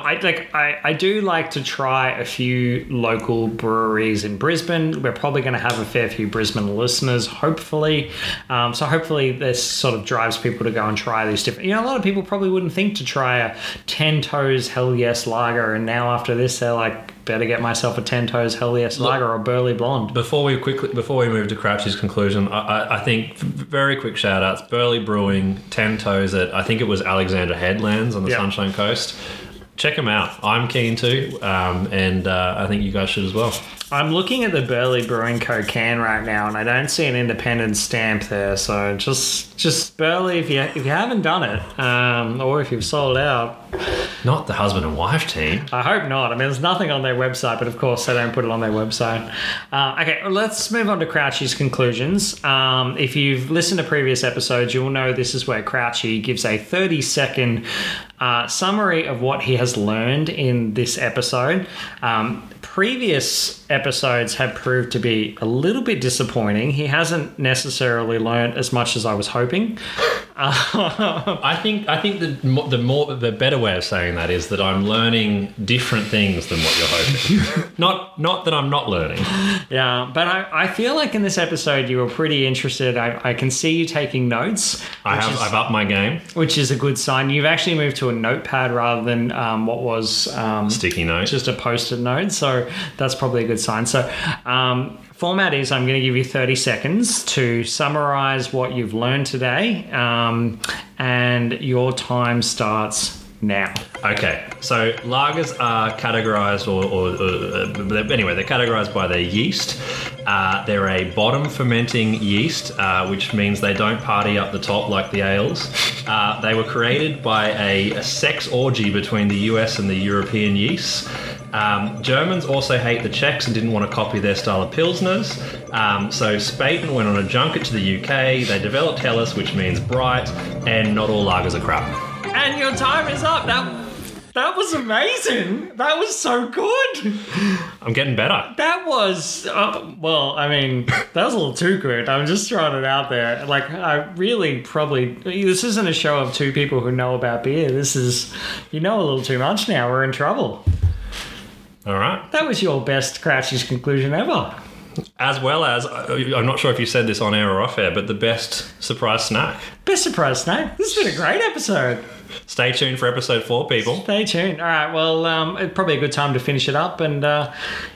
Speaker 1: I like I, I do like to try a few local breweries in Brisbane. We're probably going to have a fair few Brisbane listeners, hopefully. Um, so hopefully this sort of drives people to go and try these different. You know, a lot of people probably wouldn't think to try a ten toes hell yes lager, and now after this they're like, better get myself a ten toes hell yes lager or burley blonde.
Speaker 2: Before we quickly before we move to Crouch's conclusion, I, I, I think very quick shout outs. Burley Brewing, Ten Toes at I think it was Alexander Headlands on the
Speaker 1: Yeah.
Speaker 2: Sunshine Coast. Check them out. I'm keen to, um, and uh, I think you guys should as well.
Speaker 1: I'm looking at the Burley Brewing Co can right now, and I don't see an independent stamp there. So just, just Burley, if you if you haven't done it, um, or if you've sold out,
Speaker 2: Not the husband and wife team.
Speaker 1: I hope not. I mean, there's nothing on their website, but of course they don't put it on their website. Uh, okay, well, let's move on to Crouchy's conclusions. Um, if you've listened to previous episodes, you'll know this is where Crouchy gives a 30 second uh, summary of what he has learned in this episode. Um, previous episodes have proved to be a little bit disappointing. He hasn't necessarily learned as much as I was hoping.
Speaker 2: I think I think the mo- the more the better way of saying that is that I'm learning different things than what you're hoping. not not that I'm not learning.
Speaker 1: Yeah, but I, I feel like in this episode you were pretty interested. I, I can see you taking notes,
Speaker 2: I
Speaker 1: which,
Speaker 2: have
Speaker 1: is,
Speaker 2: I've upped my game.
Speaker 1: which is a good sign. You've actually moved to a notepad rather than um, what was um,
Speaker 2: Sticky notes.
Speaker 1: just a post-it note, so that's probably a good sign. So, um, format is I'm going to give you 30 seconds to summarize what you've learned today, um, and your time starts now.
Speaker 2: Okay, so lagers are categorized, or, or, or uh, anyway, they're categorized by their yeast. Uh, they're a bottom fermenting yeast, uh, which means they don't party up the top like the ales. Uh, they were created by a, a sex orgy between the US and the European yeasts. Um, Germans also hate the Czechs and didn't want to copy their style of pilsners. Um, so Spaten went on a junket to the UK. They developed Hellas, which means bright, and not all lagers are crap.
Speaker 1: And your time is up. That that was amazing. That was so good.
Speaker 2: I'm getting better.
Speaker 1: That was uh, well. I mean, that was a little too good. I'm just throwing it out there. Like, I really probably this isn't a show of two people who know about beer. This is, you know, a little too much now. We're in trouble.
Speaker 2: All right.
Speaker 1: That was your best Crouchy's conclusion ever.
Speaker 2: As well as, I- I'm not sure if you said this on air or off air, but the best surprise snack.
Speaker 1: Best surprise, Snake. This has been a great episode.
Speaker 2: Stay tuned for episode four, people.
Speaker 1: Stay tuned. All right. Well, um, it's probably a good time to finish it up and uh,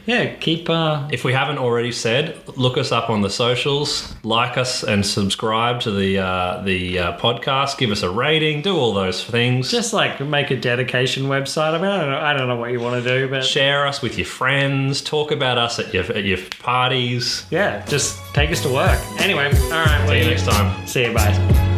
Speaker 1: yeah, keep. Uh,
Speaker 2: If we haven't already said, look us up on the socials, like us and subscribe to the uh, the uh, podcast, give us a rating, do all those things.
Speaker 1: just like make a dedication website. I mean, I don't know. I don't know what you want to do, but
Speaker 2: share us with your friends. Talk about us at your at your parties.
Speaker 1: yeah, just take us to work. Anyway, all right.
Speaker 2: See
Speaker 1: well,
Speaker 2: you next time.
Speaker 1: See you. Bye.